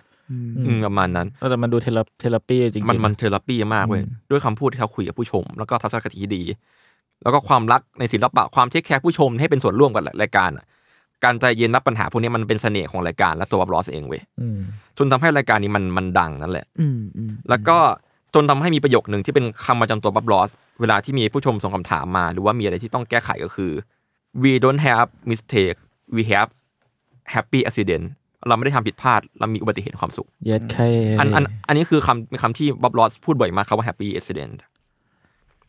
ม
อืม
อืมประมาณนั้น
แต่มันดูเทเลเทเลปีจริงๆ
มันมันเทอราปีมากเว้ยด้วยคำพูดที่เขาคุยกับผู้ชม แล้วก็ทัศนคติที่ดี แล้วก็ความรักในศิลปะความเทคแคร์ผู้ชมให้เป็นส่วนร่วมกับรายการอะการใจเย็นรับปัญหาพวกนี้มันเป็นเสน่ห์ของรายการและตัวบลอสเองเว้ย
อืม
จนทำให้รายการนี้มันมันดังนั่นแหละ
อืมอืม
แล้วก็จนทำให้มีประโยคหนึ่งที่เป็นคำประจำตัวบับลอส เวลาที่มีผู้ชมส่งคำถามมา หรือว่ามีอะไรที่ต้องแก้ไขก็คือ we don't have mistake we have happy accident เราไม่ได้ทำผิดพลาด เรามีอุบัติเหตุความสุข
เย็ดแค่
อันอันอันนี้คือคำเป็นคำที่บับลอสพูดบ่อยมากครับว่า happy accident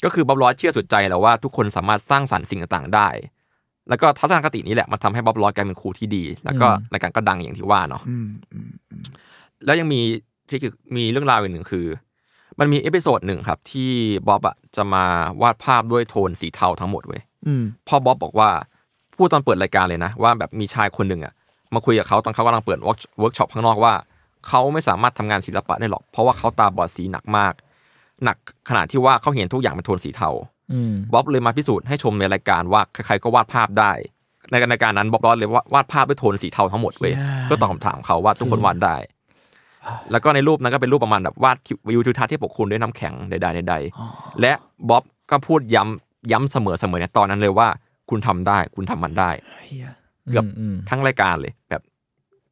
ก็คือบับลอสเชื่อสุดใจแล้วว่าทุกคนสามารถสร้างสรรค์สิ่งต่างๆได้ แล้วก็ทัศนคตินี้แหละมันทำให้บับลอสกลายเป็นครูที่ดี แล้วก็รายการก็ดังอย่างที่ว่าเนาะ
อืมอืม
แล้วยังมีที่คือมีเรื่องราวอีกหนึ่งคือ มันมีเอพิโซดหนึ่งครับ ที่บ๊อบอะจะมาวาดภาพด้วยโทนสีเทาทั้งหมดเว้ย
อืม
พ่อบ๊อบบอกว่าพูดตอนเปิดรายการเลยนะ ว่าแบบมีชายคนหนึ่งอะมาคุยกับเขาตอนเขากำลังเปิดเวิร์กช็อปข้างนอกว่า เขาไม่สามารถทำงานศิลปะได้หรอก เพราะว่าเขาตาบอดสีหนักมาก หนักขนาดที่ว่าเขาเห็นทุกอย่างเป็นโทนสีเทา
อืม
บ๊อบเลยมาพิสูจน์ให้ชมในรายการว่าใครๆก็วาดภาพได้ ในรายการนั้นบ๊อบรอดเลยวาดภาพด้วยโทนสีเทาทั้งหมดเว้ยเพื่อตอบคำถามเขาว่าทุกคนวาดได้ แล้วก็ในรูปนั้นก็เป็นรูปประมาณแบบวาดวิวทิวทัศน์ที่ปกคลุมด้วยน้ำแข็งใดๆใดๆและบ๊อบก็พูดย้ำย้ำเสมอๆในตอนนั้นเลยว่า คุณทำได้ คุณทำมันได้
เฮีย
เกือบ
อืม
ทั้งรายการเลย แบบ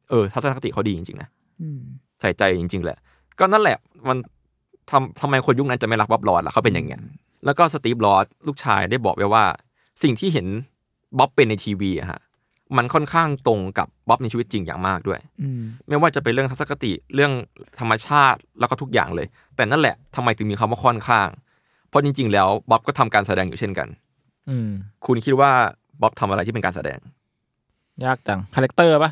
เออทัศนคติเขาดีจริงๆนะ
อืม
ใส่ใจจริง ๆ แหละ ก็นั่นแหละมันทำทำไมคนยุคนั้นจะไม่รักบ๊อบลอดล่ะเขาเป็นอย่างเงี้ยแล้วก็สตีฟลอดลูกชายได้บอกไว้ว่า สิ่งที่เห็นบ๊อบเป็นในทีวีอะฮะมันค่อนข้างตรงกับบ๊อบในชีวิตจริงอย่างมากด้วย
อืม
ไม่ว่าจะเป็นเรื่องทัศนคติเรื่องธรรมชาติแล้วก็ทุกอย่างเลย แต่นั่นแหละทำไมถึงมีคำว่าค่อนข้าง เพราะจริง ๆ แล้วบ๊อบก็ทำการแสดงอยู่เช่นกัน
อืม
คุณคิดว่าบ๊อบทำอะไรที่เป็นการแสดง
ยากจัง คาแรคเตอร์ปะ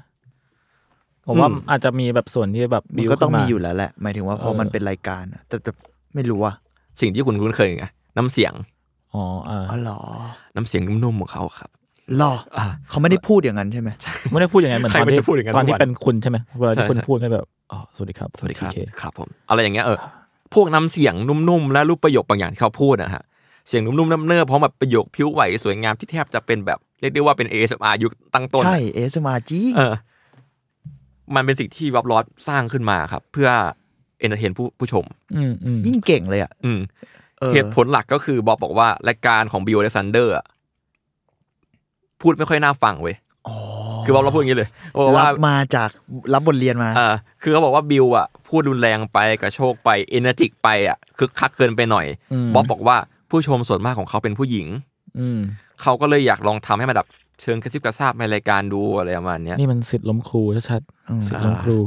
ผมว่า
อืม
อาจจะมีแบบส่วนที่แบบ
มั
บิ
น
ว
ก็ต้อง
ขึ้น
มีอยู่แล้วแหละ หมายถึงว่าพอ
เออ
มันเป็นรายการอะแต่แต่ไม่รู้อ่ะ
สิ่งที่คุณคุ้นเคยไงน้ำเสียง
อ๋ออ่า
อ๋อเหรอ
น้ำเสียงนุ่มๆของเขาครับ
เหรอเขาไม่ได้พูดอย่างนั้นใช่ไหม
ไม่ได้พูดอย่างนั้นเหมือน
ใคร
ตอน
มัน
ที่
จะพูดอย่างนั้น
ตอนที่
ทุกวัน
เป็นคุณใช่ไหมเวลา
ใช่
ที่คุณ
ใช่
พูดก็แบบอ๋อสวัสดีครับ
สวัสดีครับ
เค
ครับผม อะไรอย่างเงี้ยเออ พวกน้ำเสียงนุ่มๆ และรูปประโยคบางอย่างที่เขาพูดนะฮะ เสียงนุ่มๆน้ำเนิบพร้อมแบบประโยคผิวไหวสวยงามที่แทบจะเป็นแบบเรียกได้ว่าเป็น ASMR ยุคตั้งต้นอะ
ใช่เอสมาจี
เออ มันเป็นสิ่งที่วับลอสสร้างขึ้นมาครับ เพื่อเอนเตอร์เทนผู้ผู้ชม
อืมอืม
ยิ่งเก่งเลยอ่ะ
อืม
ออ
เหตุผลหลักก็คือบอกบอกว่ารายการของบิวเ l ซันเดอร์พูดไม่ค่อยน่าฟังเว้ยคือบอกเราพูดอย่างนี้เลยบอกว่า
รับมาจากรับบทเรียนมา
เออคือเขาบอกว่าบิวอ่ะพูดรุนแรงไปกระโชกไปเอเนจิกไปอ่ะคึกคักเกินไปหน่อย
อืม
บ๊อบบอกว่าผู้ชมส่วนมากของเขาเป็นผู้หญิง
อืม
เขาก็เลยอยากลองทำให้มันแบบเชิงกระซิบกระซาบในรายการดูอะไรประมาณเนี้ย
นี่มันสิทธิ์ล้มครูชัด
อืม
ๆสิทธิ์ล้มครู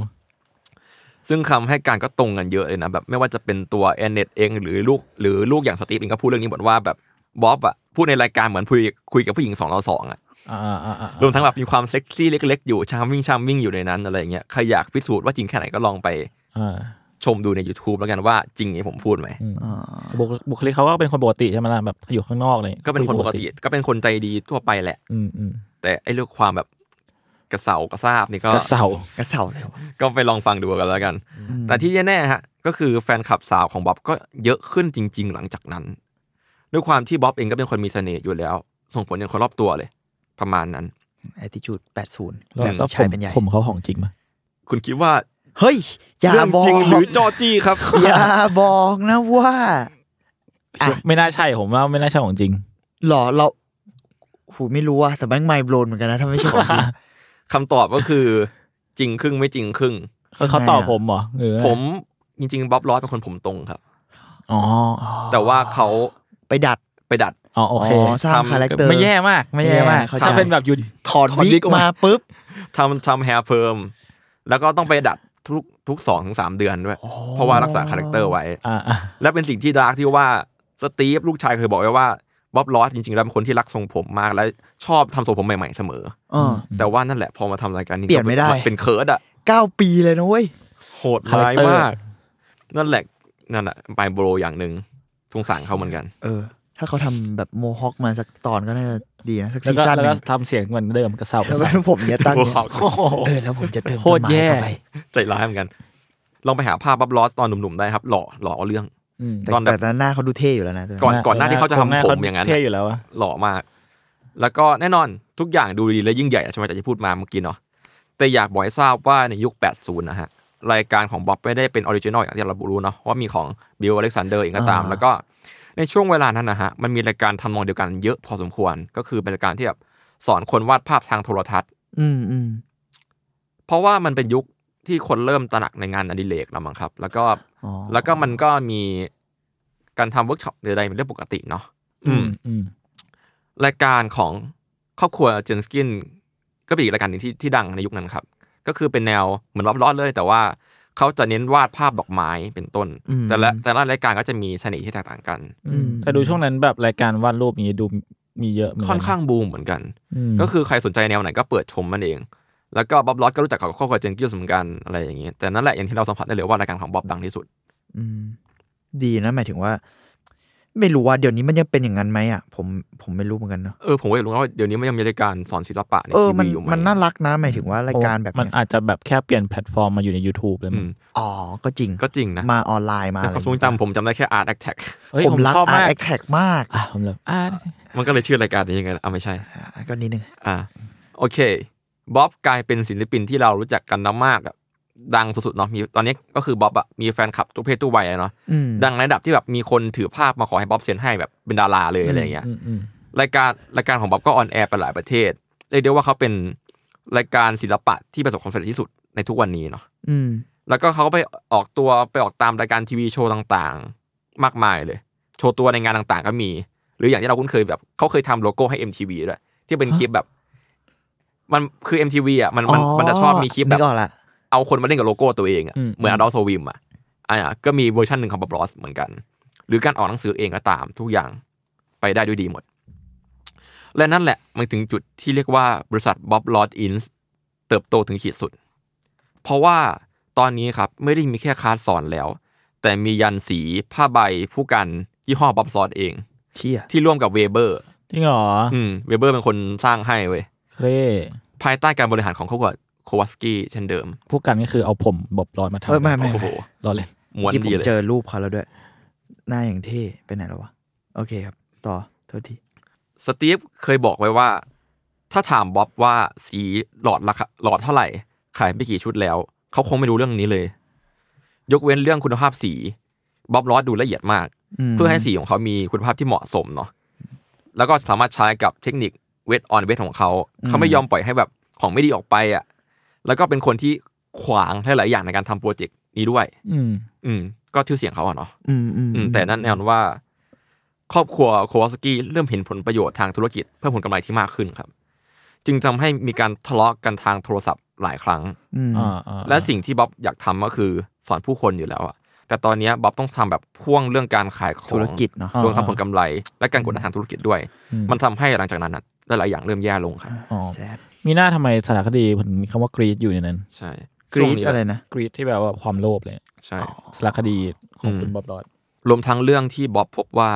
ซึ่งคำให้การก็ตรงกันเยอะเลยนะแบบไม่ว่าจะเป็นตัวแอนเนตเองหรือลูกหรือลูกอย่างสตีฟเองก็พูดเรื่องนี้หมดว่าแบบบ๊อบอ่ะพูดในรายการเหมือนคุยคุยกับผู้หญิงสองเราสองอ่ะ
อ่าๆๆๆ
รวมทั้งแบบมีความเซ็กซี่เล็ก ๆ อยู่ชามวิ่งชามวิ่งอยู่ในนั้นอะไรอย่างเงี้ยใครอยากพิสูจน์ว่าจริงแค่ไหนก็ลองไป
อ่า
ชมดูใน YouTube แล้วกันว่าจริงอย่างที่ผมพูดไหม
อืม
อ่า
บุคบุคลิกเขาก็เป็นคนปกติใช่ไหมล่ะแบบอยู่ข้างนอกเลย
ก็เป็นคนปกติก็เป็นคนใจดีทั่วไปแหละ
อืมอืม
แต่ไอ้เรื่องความแบบกระเสากระซาบนี่ก็
กระเสาก
ระเสาเลยวะ
ก็ไปลองฟังดูกันแล้วกัน แต่ที่แน่ๆฮะก็คือแฟนคลับสาวของบ๊อบก็เยอะขึ้นจริง ๆ หลังจากนั้น ด้วยความที่บ๊อบเองก็เป็นคนมีเสน่ห์อยู่แล้ว ส่งผลอย่างคนรอบตัวเลย ประมาณนั้น
แอติจูดแปดศูนย์
แล้ว
แบบ
แล้วผ
ชาย
ม
เป็นใหญ่
ผมเขาของจริงไหม
คุณคิดว่า
เฮ้ย อย่า
เรื่อง
บอก
จริงหรือจอจี้ครับ
อย่าบอกนะว่า
ไม่น่าใช่ผมว่าไม่น่าใช่ของจริง
หรอเราหูไม่รู้ว่ะแต่แบงค์ไมล์โบลนเหมือนกันนะถ้าไม่ใช่ของจริง
คำตอบก็คือจริงครึ่งไม่จริงครึ่ง
เขาตอบ
ไม่อะ
ผมเหรอหรือ
ผมจริง ๆบ๊อบร้อยเป็นคนผมตรงครับ
อ๋อ
แต่ว่าเขา
ไปดัด
ไปดัด
อ๋อโอ
อ๋อ
เค
สร้าง
ทำ
คาแรคเตอร์
ไม่แย่มากไม่แย่มาก
แย่เข้าใจ
ถ้าเป็นแบบอยู่
ถอด
ถอดวิ
วิ
ก
ก
ออก
มา
มา
ปุ๊บ
ทำทำแฮร์เฟิร์มแล้วก็ต้องไปดัดทุกทุกสองถึงสามเดือนด้วย เพราะว่ารักษาคาแรคเตอร์ไว้
อ่าอ่า
และเป็นสิ่งที่ดาร์กที่ว่าสตีฟลูกชายเคยบอกไว้ว่าบ๊อบลอสจริงๆแล้วเป็นคนที่รักทรงผมมากและชอบทำทรงผมใหม่ๆเสมออ
อ่า
แต่ว่านั่นแหละพอมาทำรายการนี้
เปลี่ยนไม่ได้
ก็เป็นเคิร์ดอะ
เก้าปีเลยนะเว้ย
โหดร้ายมาก นั่นแหละนั่นอะไปโบรอย่างหนึ่งสงสารเขาเหมือนกัน
เออ ถ้าเขาทำแบบโมฮอคมาสักตอนก็น่าจะดีนะ สัก
แล้ว
ซี
ก็
ซั่นห
แล้ว
นึ
ก็
ง
ทำเสียงเหมือนเดิมกระเสาก
แล้
ระ
ว
เสา
ก็ผมเนี่ยตั้งเนี่ย
Mohawk
เออแล้วผมจะเติม
โคตรแย่
ต้นไม้เข้าไป
ใจร้ายเหมือนกัน ลองไปหาภาพบ๊อบลอสตอนหนุ่มๆได้ครับหล่อหล่อเอาเรื่อง
อืม
แต่
ตอนแบบ
แต่ตอนหน้าเขาดูเท่อยู่แล้วนะ
ก่อนก่อนหน้าที่เขาจะทำผมอย่างนั้น
เท่อยู่แล้วอะ
หล่อมาก แล้วก็แน่นอนทุกอย่างดูดีและยิ่งใหญ่อะใช่ไหมจากที่พูดมาเมื่อกี้เนาะ แต่อยากบอกให้ทราบว่าในยุค 80 นะฮะ รายการของบ๊อบไม่ได้เป็นออริจินอลอย่างที่เรารู้เนาะว่ามีของบิลอเล็กซานเดอร์เองก็ตาม แล้วก็ในช่วงเวลานั้นนะฮะ มันมีรายการทำนองเดียวกันเยอะพอสมควร ก็คือเป็นรายการที่แบบสอนคนวาดภาพทางโทรทัศน์
อืมอืม
เพราะว่ามันเป็นยุคที่คนเริ่มตระหนักในงานอดิเรกแล้วมั้งครับ แล้วก็
อ๋อ
แล้วก็มันก็มีการทำเวิร์กช็อปใดๆเป็นเรื่องปกติเนาะ อืม
อืม
รายการของครอบครัวเจนสกินก็เป็นอีกรายการหนึ่งที่ที่ดังในยุคนั้นครับ ก็คือเป็นแนวเหมือนรอบล้อเลย แต่ว่าเขาจะเน้นวาดภาพดอกไม้เป็นต้น แต่ละแต่ละรายการก็จะมีเสน่ห์ที่แตกต่างกัน
อืมแต่ดูช่วงนั้นแบบรายการวาดรูปนี้ดูมีเยอะเหมืกั
ค่อนข้างบูมเหมือนกัน
อืม
ก็คือใครสนใจแนวไหนก็เปิดชมมันเอง แล้วก็บ๊อบลอสก็รู้จักกับครอบครัวเจนกิลส์เหมือนกันอะไรอย่างนี้แต่นั่นแหละอย่างที่เราสัมผัสได้เลยว่ารายการของบ๊อบดังที่สุด
มดีนะหมายถึงว่า ไม่รู้ว่าเดี๋ยวนี้มันยังเป็นอย่างนั้นไหมอ่ะผมผมไม่รู้เหมือนกันเนาะ
เออผมก็อยากรู้ว่าเดี๋ยวนี้มันยังมีรายการสอนศิลปะใน
เออ
ที
มัน
วีอยู่ไหม
มันน่ารักนะหมายถึงว่ารายการแบบ
มัน
เนี้ย
อาจจะแบบแค่เปลี่ยนแพลตฟอร์มมาอยู่ใน YouTube เลย
อื
มั้ง
ม
อ๋อก็จริง
ก็จริงนะ
มาออนไลน์มา
ใน
อะ
ค
ไร
วามทรงจำผมจำได้แค่อาร์ตแอคแท็ก
เฮ้ย
ผมรัก
ชอ
อาม
บาก
แอคแท็กมาก
อ่ะผมเลยอ่ะ
มันก็เลยชื่อรายการนี้ยังไงล่ะอ่ะไม่ใช่
อ่ะก็นิดนึง
อ่าโอเคบ๊อบกลายเป็นศิลปินที่เรารู้จักกันมากๆอะดังสุดๆเนาะมีตอนนี้ก็คือบ๊อบอะมีแฟนคลับทุกเพศทุกวัยอะเนาะ
อืม
ดังในระดับที่แบบมีคนถือภาพมาขอให้บ๊อบเซ็นให้แบบเป็นดาราเลยอะไรอย่างเงี้ย
อืมอืม
รายการรายการของบ๊อบก็ออนแอร์ไปหลายประเทศเรียกได้ว่าเขาเป็นรายการศิลปะที่ประสบความสำเร็จที่สุดในทุกวันนี้เนาะ
อืม
แล้วก็เขาก็ไปออกตัวไปออกตามรายการทีวีโชว์ต่างๆ มากมายเลย โชว์ตัวในงานต่างๆ ก็มี หรืออย่างที่เราคุ้นเคยแบบเขาเคยทำโลโก้ให้ MTV ด้วยที่เป็นคลิปแบบ มันคือ MTV อ่ะมันมัน
อ๋อ
มันจะชอบมีคลิปแบ
นึ
บ
กออกละ
เอาคนมาเล่นกับโลโก้ตัวเองอ่ะเหมือนอดอลโซวิมอ่ะอ่าก็มีเวอร์ชันหนึ่งของบับลอสเหมือนกัน หรือการออกหนังสือเองก็ตาม ทุกอย่างไปได้ด้วยดีหมด และนั่นแหละมันถึงจุดที่เรียกว่าบริษัทบ๊อบลอสอินส์เติบโตถึงขีดสุด เพราะว่าตอนนี้ครับไม่ได้มีแค่คลาสสอนแล้ว แต่มียันสีผ้าใบผู้กันยี่ห้อบ๊อบซอดเอง
เชี่ย
ที่ร่วมกับเวเบอร์
จริงเหรอ
อืม เวเบอร์เป็นคนสร้างให้เว้ย
เคร
ภายใต้การบริหารของครอบครัวโควาสกี้เช่นเดิม
ผู้กันก็คือเอาผมบอบลอยมาทำ
เออไม่ไม่
โอ้โห
รอเล่น
ม้วน
ที่ผ
ดี
ม
เลย
เจอรูปเขาแล้วด้วย หน้าอย่างเท่ไปไหนแล้ววะ โอเคครับ ต่อโทษที
สตีฟเคยบอกไว้ว่า ถ้าถามบ๊อบว่าสีหลอดราคาหลอดเท่าไหร่ ขายไปกี่ชุดแล้ว เขาคงไม่รู้เรื่องนี้เลย ยกเว้นเรื่องคุณภาพสีบ๊อบลอสดูละเอียดมาก
ม
เพื่อให้สีของเขามีคุณภาพที่เหมาะสมเนาะแล้วก็สามารถใช้กับเทคนิคเวทออนเวทของเขา เขาไม่ยอมปล่อยให้แบบของไม่ดีออกไปอ่ะแล้วก็เป็นคนที่ขวางหลายๆอย่างในการทำโปรเจกต์นี้ด้วย
อืม
อืม ก็ชื่อเสียงเขาอะเนาะ
อืมอืม
อืมแต่นั่นแน่นอนว่า ครอบครัวโควาสกี้เริ่มเห็นผลประโยชน์ทางธุรกิจเพื่อผลกำไรที่มากขึ้นครับ จึงทำให้มีการทะเลาะกันทางโทรศัพท์หลายครั้ง
อืม
อ่าอ่า
และสิ่งที่บ๊อบอยากทำก็คือสอนผู้คนอยู่แล้วอะแต่ตอนเนี้ยบ๊อบต้องทำแบบพ่วงเรื่องการขายของ
ธุรกิจเนาะ
อ่าร
วมทั้งผลกำไร และการกดดันทางธุรกิจด้วย
อืม
มันทำให้หลังจากนั้นอะหลายๆอย่างเริ่มแย่ลงครับ
อ๋อ
แซด
มีหน้าทำไมสารคดีผมมีคำว่ากรีดอยู่ในนั้น
ใช่
ก
ช่
รี
ว
ด
งนี้
อะไรนะ
กรีดที่แบบว่าความโลภเลย
ใช่
สารคดีของ
อืม
คุณบ๊อบรอด
รวมทั้งเรื่องที่บ๊อบพบว่า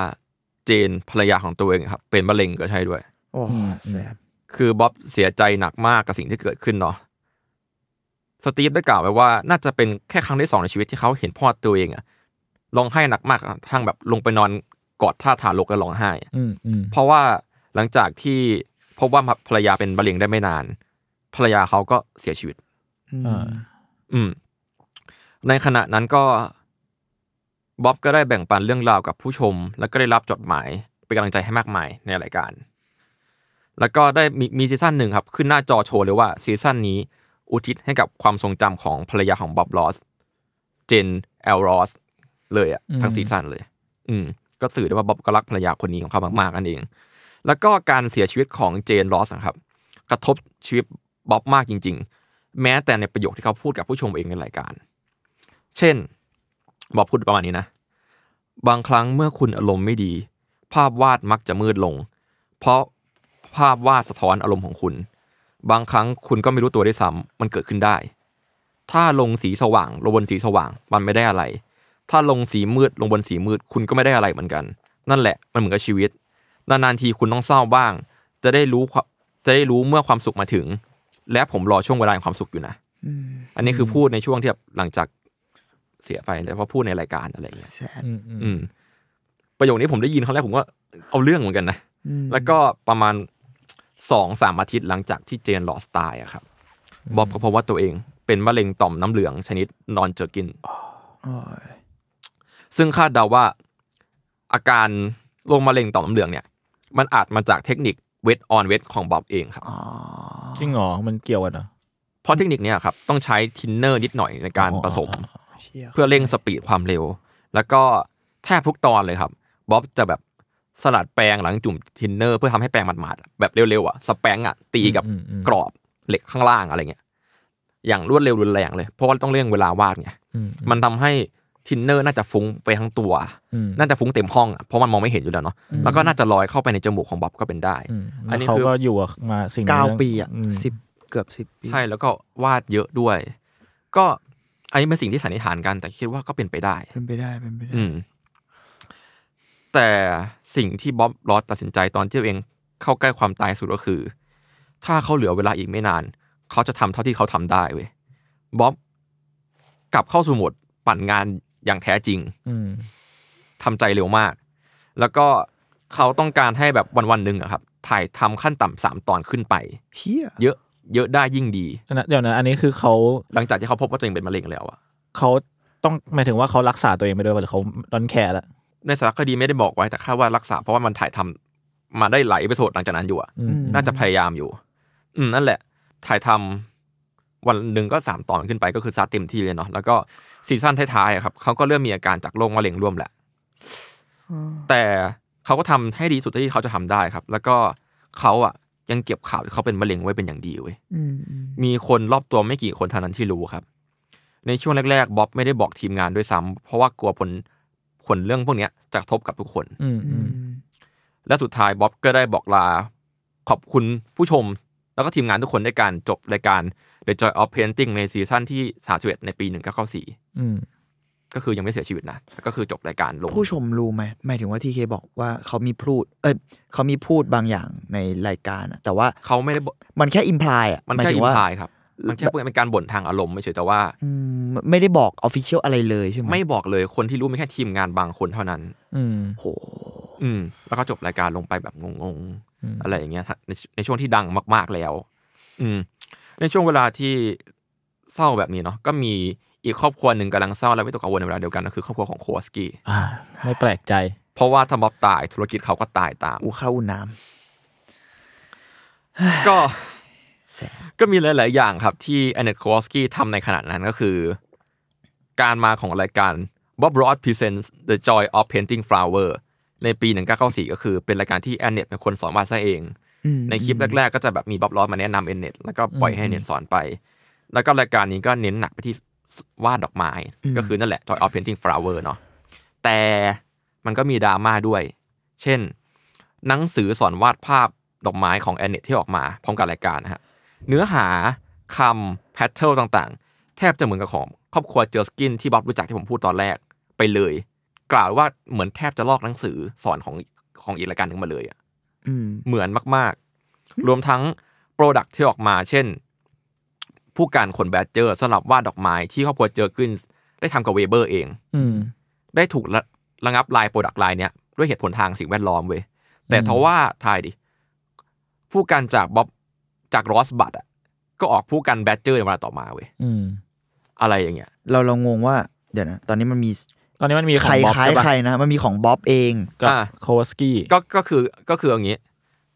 เจนภรรยาของตัวเองครับ เป็นมะเร็งก็ใช่ด้วย
โอ้แซด
คือบ๊อบเสียใจหนักมากกับสิ่งที่เกิดขึ้นเนาะ สตีฟได้กล่าวไว้ว่าน่าจะเป็นแค่ครั้งที่สองในชีวิตที่เขาเห็นพ่อตัวเองอะร้องไห้หนักมากอะทั้งแบบลงไปนอนกอดท่าทารกแล้วร้องไห้อะ
อืมอืม
เพราะว่าหลังจากที่พบว่าภรรยาเป็นมะเร็งได้ไม่นาน ภรรยาเขาก็เสียชีวิต
อ่า
อืม ในขณะนั้นก็บ๊อบก็ได้แบ่งปันเรื่องราวกับผู้ชม แล้วก็ได้รับจดหมายเป็นกำลังใจให้มากมายในรายการ แล้วก็ได้มีมีซีซั่นหนึ่งครับ ขึ้นหน้าจอโชว์เลยว่าซีซั่นนี้ อุทิศให้กับความทรงจำของภรรยาของบ๊อบลอส เจนแอลรอสเลยอะทั้งซีซั่นเลย อืม ก็สื่อได้ว่าบ๊อบก็รักภรรยาคนนี้ของเขามากๆนั่นเอง แล้วก็การเสียชีวิตของเจนลอสนะครับ กระทบชีวิตบ๊อบมากจริง ๆ แม้แต่ในประโยคที่เขาพูดกับผู้ชมเองในรายการ เช่น บอกพูดประมาณนี้นะ บางครั้งเมื่อคุณอารมณ์ไม่ดี ภาพวาดมักจะมืดลง เพราะภาพวาดสะท้อนอารมณ์ของคุณ บางครั้งคุณก็ไม่รู้ตัวด้วยซ้ำมันเกิดขึ้นได้ ถ้าลงสีสว่างลงบนสีสว่างมันไม่ได้อะไร ถ้าลงสีมืดลงบนสีมืดคุณก็ไม่ได้อะไรเหมือนกัน นั่นแหละมันเหมือนกับชีวิต นานๆทีคุณต้องเศร้าบ้าง จะได้รู้ความจะได้รู้เมื่อความสุขมาถึง และผมรอช่วงเวลาแห่งความสุขอยู่นะ อันนี้คือพูดในช่วงที่แบบหลังจากเสียไปแล้วพอพูดในรายการอะไรอย่างเงี้ย
แซด
อืมอืม
อืม ประโยคนี้ผมได้ยินครั้งแรกผมก็เอาเรื่องเหมือนกันนะ แล้วก็ประมาณสองสามอาทิตย์หลังจากที่เจนลอสตายอะครับบ๊อบก็พบว่าตัวเองเป็นมะเร็งต่อมน้ำเหลืองชนิดนอนเจอกิน
โอ้ย
ซึ่งคาดเดาว่าอาการโรคมะเร็งต่อมน้ำเหลืองเนี่ย มันอาจมาจากเทคนิคเวทออนเวทของบ๊อบเองครับ
อ๋อ
จริงเหรอมันเกี่ยวกันเหรอ
เพราะเทคนิคเนี้ยครับต้องใช้ทินเนอร์นิดหน่อยในการ
อ๋อ
ผสม
เชี่ย
เพื่อเร่งสปีดความเร็ว แล้วก็แทบทุกตอนเลยครับบ๊อบจะแบบสลัดแปรงหลังจุ่มทินเนอร์เพื่อทำให้แปรงหมาดๆแบบเร็วๆอ่ะสแปรงอ่ะตีกับ
อืมอืม
กรอบเหล็กข้างล่างอะไรเงี้ยอย่างรวดเร็วรุนแรงเลยเพราะว่าต้องเร่งเวลาวาดไง
อืม
มันทำให้ทินเนอร์น่าจะฟุ้งไปทั้งตัว
อืม
น่าจะฟุ้งเต็มห้องอะเพราะมันมองไม่เห็นอยู่แล้วเนาะแล้วก็น่าจะลอยเข้าไปในจมูกของบ๊อบก็เป็นได้
อืม
อั
แล้
น
ว
นี้
เขา
คือ
ก็อยู่กับมาสิ่งนี้
เก้า
ตั้ง
ปีอ่ะ
ม
สิบเกือบสิบปี
ใช่แล้วก็วาดเยอะด้วย ก็อันนี้เป็นสิ่งที่สันนิษฐานกัน แต่คิดว่าก็เป็นไปได้
เป็นไปได้เป็นไปได้
อืม แต่สิ่งที่บ๊อบลอสตัดสินใจตอนที่ตัวเองเข้าใกล้ความตายสุดก็คือ ถ้าเขาเหลือเวลาอีกไม่นาน เขาจะทำเท่าที่เขาทำได้เว้ยบ๊อบกลับเข้าสู่โหมดปั่นงานอย่างแท้จริง
อืม
ทำใจเร็วมาก แล้วก็เขาต้องการให้แบบวันวันๆหนึ่งอะครับ ถ่ายทำขั้นต่ำสามตอนขึ้นไป
เฮีย
เยอะ เยอะได้ยิ่งดี
อันนั้นเดี๋ยวนะ อันนี้คือเขา
หลังจากที่เขาพบว่าตัวเองเป็นมะเร็งแล้วอะ
เขาต้องหมายถึงว่าเขารักษาตัวเองไปด้วยป่ะหรือเขาดอนแคร์ละ
ในสารคดีไม่ได้บอกไว้แต่คาดว่ารักษาเพราะว่ามันถ่ายทำมาได้หลายเอพิโซดหลังจากนั้นอยู่อะ
อืม
น่าจะพยายามอยู่ อืมนั่นแหละ ถ่ายทำวันหนึ่งก็สามตอนขึ้นไปก็คือซัดเต็มที่เลยเนาะแล้วก็ซีซั่นท้ายๆอะครับเขาก็เริ่มมีอาการจากโรคมะเร็งร่วมแหละ แต่เขาก็ทำให้ดีสุดเท่าที่เขาจะทำได้ครับ แล้วก็เขาอะยังเก็บข่าวที่เขาเป็นมะเร็งไว้เป็นอย่างดีเว้ย
อืมอืม
มีคนรอบตัวไม่กี่คนเท่านั้นที่รู้ครับ ในช่วงแรกๆบ๊อบไม่ได้บอกทีมงานด้วยซ้ำเพราะว่ากลัวผลผลเรื่องพวกเนี้ยจะกระทบกับทุกคน
อืม
อื
อืม
ม
และสุดท้ายบ๊อบก็ได้บอกลาขอบคุณผู้ชม แล้วก็ทีมงานทุกคนในการจบรายการ The Joy of Painting ในซีซั่นที่ 31 ในปี 1994
อืม
ก็คือยังไม่เสียชีวิตนะแต่ก็คือจบรายการลง
ผู้ชมรู้ไหมหมายถึงว่าทีเคบอกว่าเขามีพูด เอ้ยเขามีพูดบางอย่างในรายการอะแต่ว่า
เขาไม่ได้บอก
มันแค่อิมพลายอ่ะ
มัน
ห
แค่
ยถึ
อิ
ง
น
ว่
พายครับ มันแค่เป็นการบ่นทางอารมณ์ไม่เฉยแต่ว่า
อืมไม่ได้บอกออฟฟิเชียลอะไรเลยใช่ไหม
ไม่บอกเลยคนที่รู้มีแค่ทีมงานบางคนเท่านั้น
อืม
โห
อืมแล้วก็จบรายการลงไปแบบงง
อืม
ๆ อะไรอย่างเงี้ยในในช่วงที่ดังมาก ๆแล้ว อืม ในช่วงเวลาที่เศร้าแบบนี้เนาะก็มี อีกครอบครัวหนึ่งกำลังเศร้าและวิตกกังวลในเวลาเดียวกันก็คือครอบครัวของโควัลสกี้
อ่าไม่แปลกใจ
เพราะว่าถ้าบ๊อบตายธุรกิจเขาก็ตายตาม
อูข้าวอุ่นน้
ก็
ำแสบ
ก็มีหลาย ๆ อย่างครับที่แอนเนตโคลสกี้ทำในขณะนั้นก็คือ การมาของรายการ Bob Ross Presents The Joy of Painting Flower ในปี 1994 ก็คือเป็นรายการที่แอนเนตเป็นคนสอนวาดซะเอง
อืม
ในคลิปแรก ๆ ก็จะแบบมีบ๊อบรอสมาแนะนำแอนเนตแล้วก็ปล่อยให้แอนเนตสอนไป แล้วก็รายการนี้ก็เน้นหนักไปที่วาดดอกไม้ ก็คือนั่นแหละ Joy of Painting Flower เนาะแต่มันก็มีดราม่าด้วย เช่น หนังสือสอนวาดภาพดอกไม้ของแอนเนตที่ออกมาพร้อมกับรายการนะฮะ เนื้อหาคำแพทเทิร์นต่างๆ แทบจะเหมือนกับของครอบครัวเจอสกินที่บ๊อบรู้จักที่ผมพูดตอนแรกไปเลย กล่าวว่าเหมือนแทบจะลอกหนังสือสอนของของอีกรายการหนึ่งมาเลยอะ
อืม
เหมือนมากๆ รวมทั้งโปรดักที่ออกมา เช่น ผู้การขนแบดเจอร์สลับวาดดอกไม้ที่ครอบครัวเจอกินได้ทำกับเวเบอร์เอง
อืม
ได้ถูกระระงับลายโปรดักต์ลายเนี้ยด้วยเหตุผลทางสิ่งแวดล้อมเว้ยแต่
อืม
ทว่าทายดิ ผู้การจากบ๊อบจากรอสบัตอ่ะก็ออกผู้การแบดเจอร์ในเวลาต่อมาเว้ย
อืม
อะไรอย่างเงี้ย
เราเรางงว่า เดี๋ยวนะ ตอนนี้มันมี
ตอนนี้มันมีข
ใค
อ
รง
บ๊อบ
คล้าย
ใช่ปะ
ใครนะ มันมีของบ๊อบเอง
กับ
อ่า
โควัลสกี้
ก็ก็คือก็คืออย่างงี้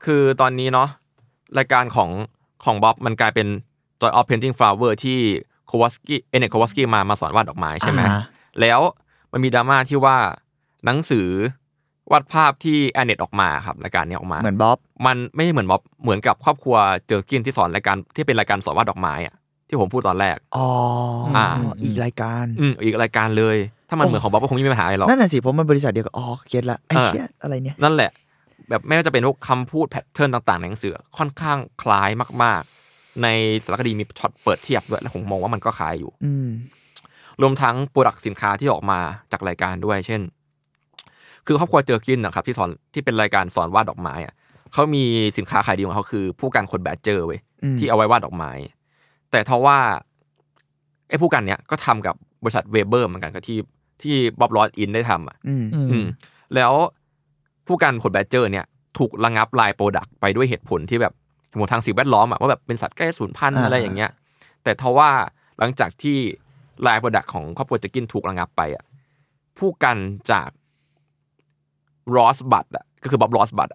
คือตอนนี้เนาะรายการของของบ๊อบมันกลายเป็น Joy of Painting Flower ที่โควสกี้เอเนโควสกี้มามาสอนวาดดอกไม้ใช่ไหม
อ่าฮะ
แล้วมันมีดราม่าที่ว่าหนังสือวาดภาพที่แอนเนตออกมาครับรายการเนี้ยออกมา
เหมือนบ๊อบ
มันไม่เหมือนม็อบเหมือนกับครอบครัวเจอกินที่สอนรายการที่เป็นรายการสอนวาดดอกไม้อะที่ผมพูดตอนแรก
อ๋อ
อ่า
อีกรายการ
อืมอีกรายการเลย ถ้ามันเหมือนของบ๊อบก็คงไม่มีปัญหาอะไรหรอก
นั่นน่ะสิผมมันบริษัทเดียวกับอ๋อเก็ตละไอ้
เออ
เชี่ยอะไรเนี่ย
นั่นแหละ แบบไม่ว่าจะเป็นพวกคำพูดแพทเทิร์นต่างๆในหนังสือค่อนข้างคล้ายมาก ๆ ในสารคดีมีช็อตเปิดเทียบด้วยแล้วผมมองว่ามันก็คล้ายอยู่
อืม
รวมทั้งโปรดักสินค้าที่ออกมาจากรายการด้วย เช่น คือครอบครัวเจอกินนะครับที่สอนที่เป็นรายการสอนวาดดอกไม้อะเขามีสินค้าขายดีของเขาคือ ผู้การคนแบดเจอร์เว้ย
อืม
ที่เอาไว้วาดดอกไม้ แต่ทว่าไอ้ผู้กันเนี้ยก็ทำกับบริษัทเวเบอร์เหมือนกันก็ที่ที่บ๊อบลอสอินได้ทำอ่ะ
อืม
嗯
อื
อื
ม
มแล้วผู้การขนแบดเจอร์เนี่ย ถูกระงับลายโปรดักไปด้วยเหตุผลที่แบบเหตุผลทางสิ่งแวดล้อมอะว่าแบบเป็นสัตว์ใกล้สูญพันธุ์
อ่า
อะไรอย่างเงี้ย แต่ทว่าหลังจากที่ลายโปรดักของครอบครัวจะกินถูกระงับไปอ่ะผู้กันจากรอสบัตอ่ะก็คือบ๊อบรอสบัต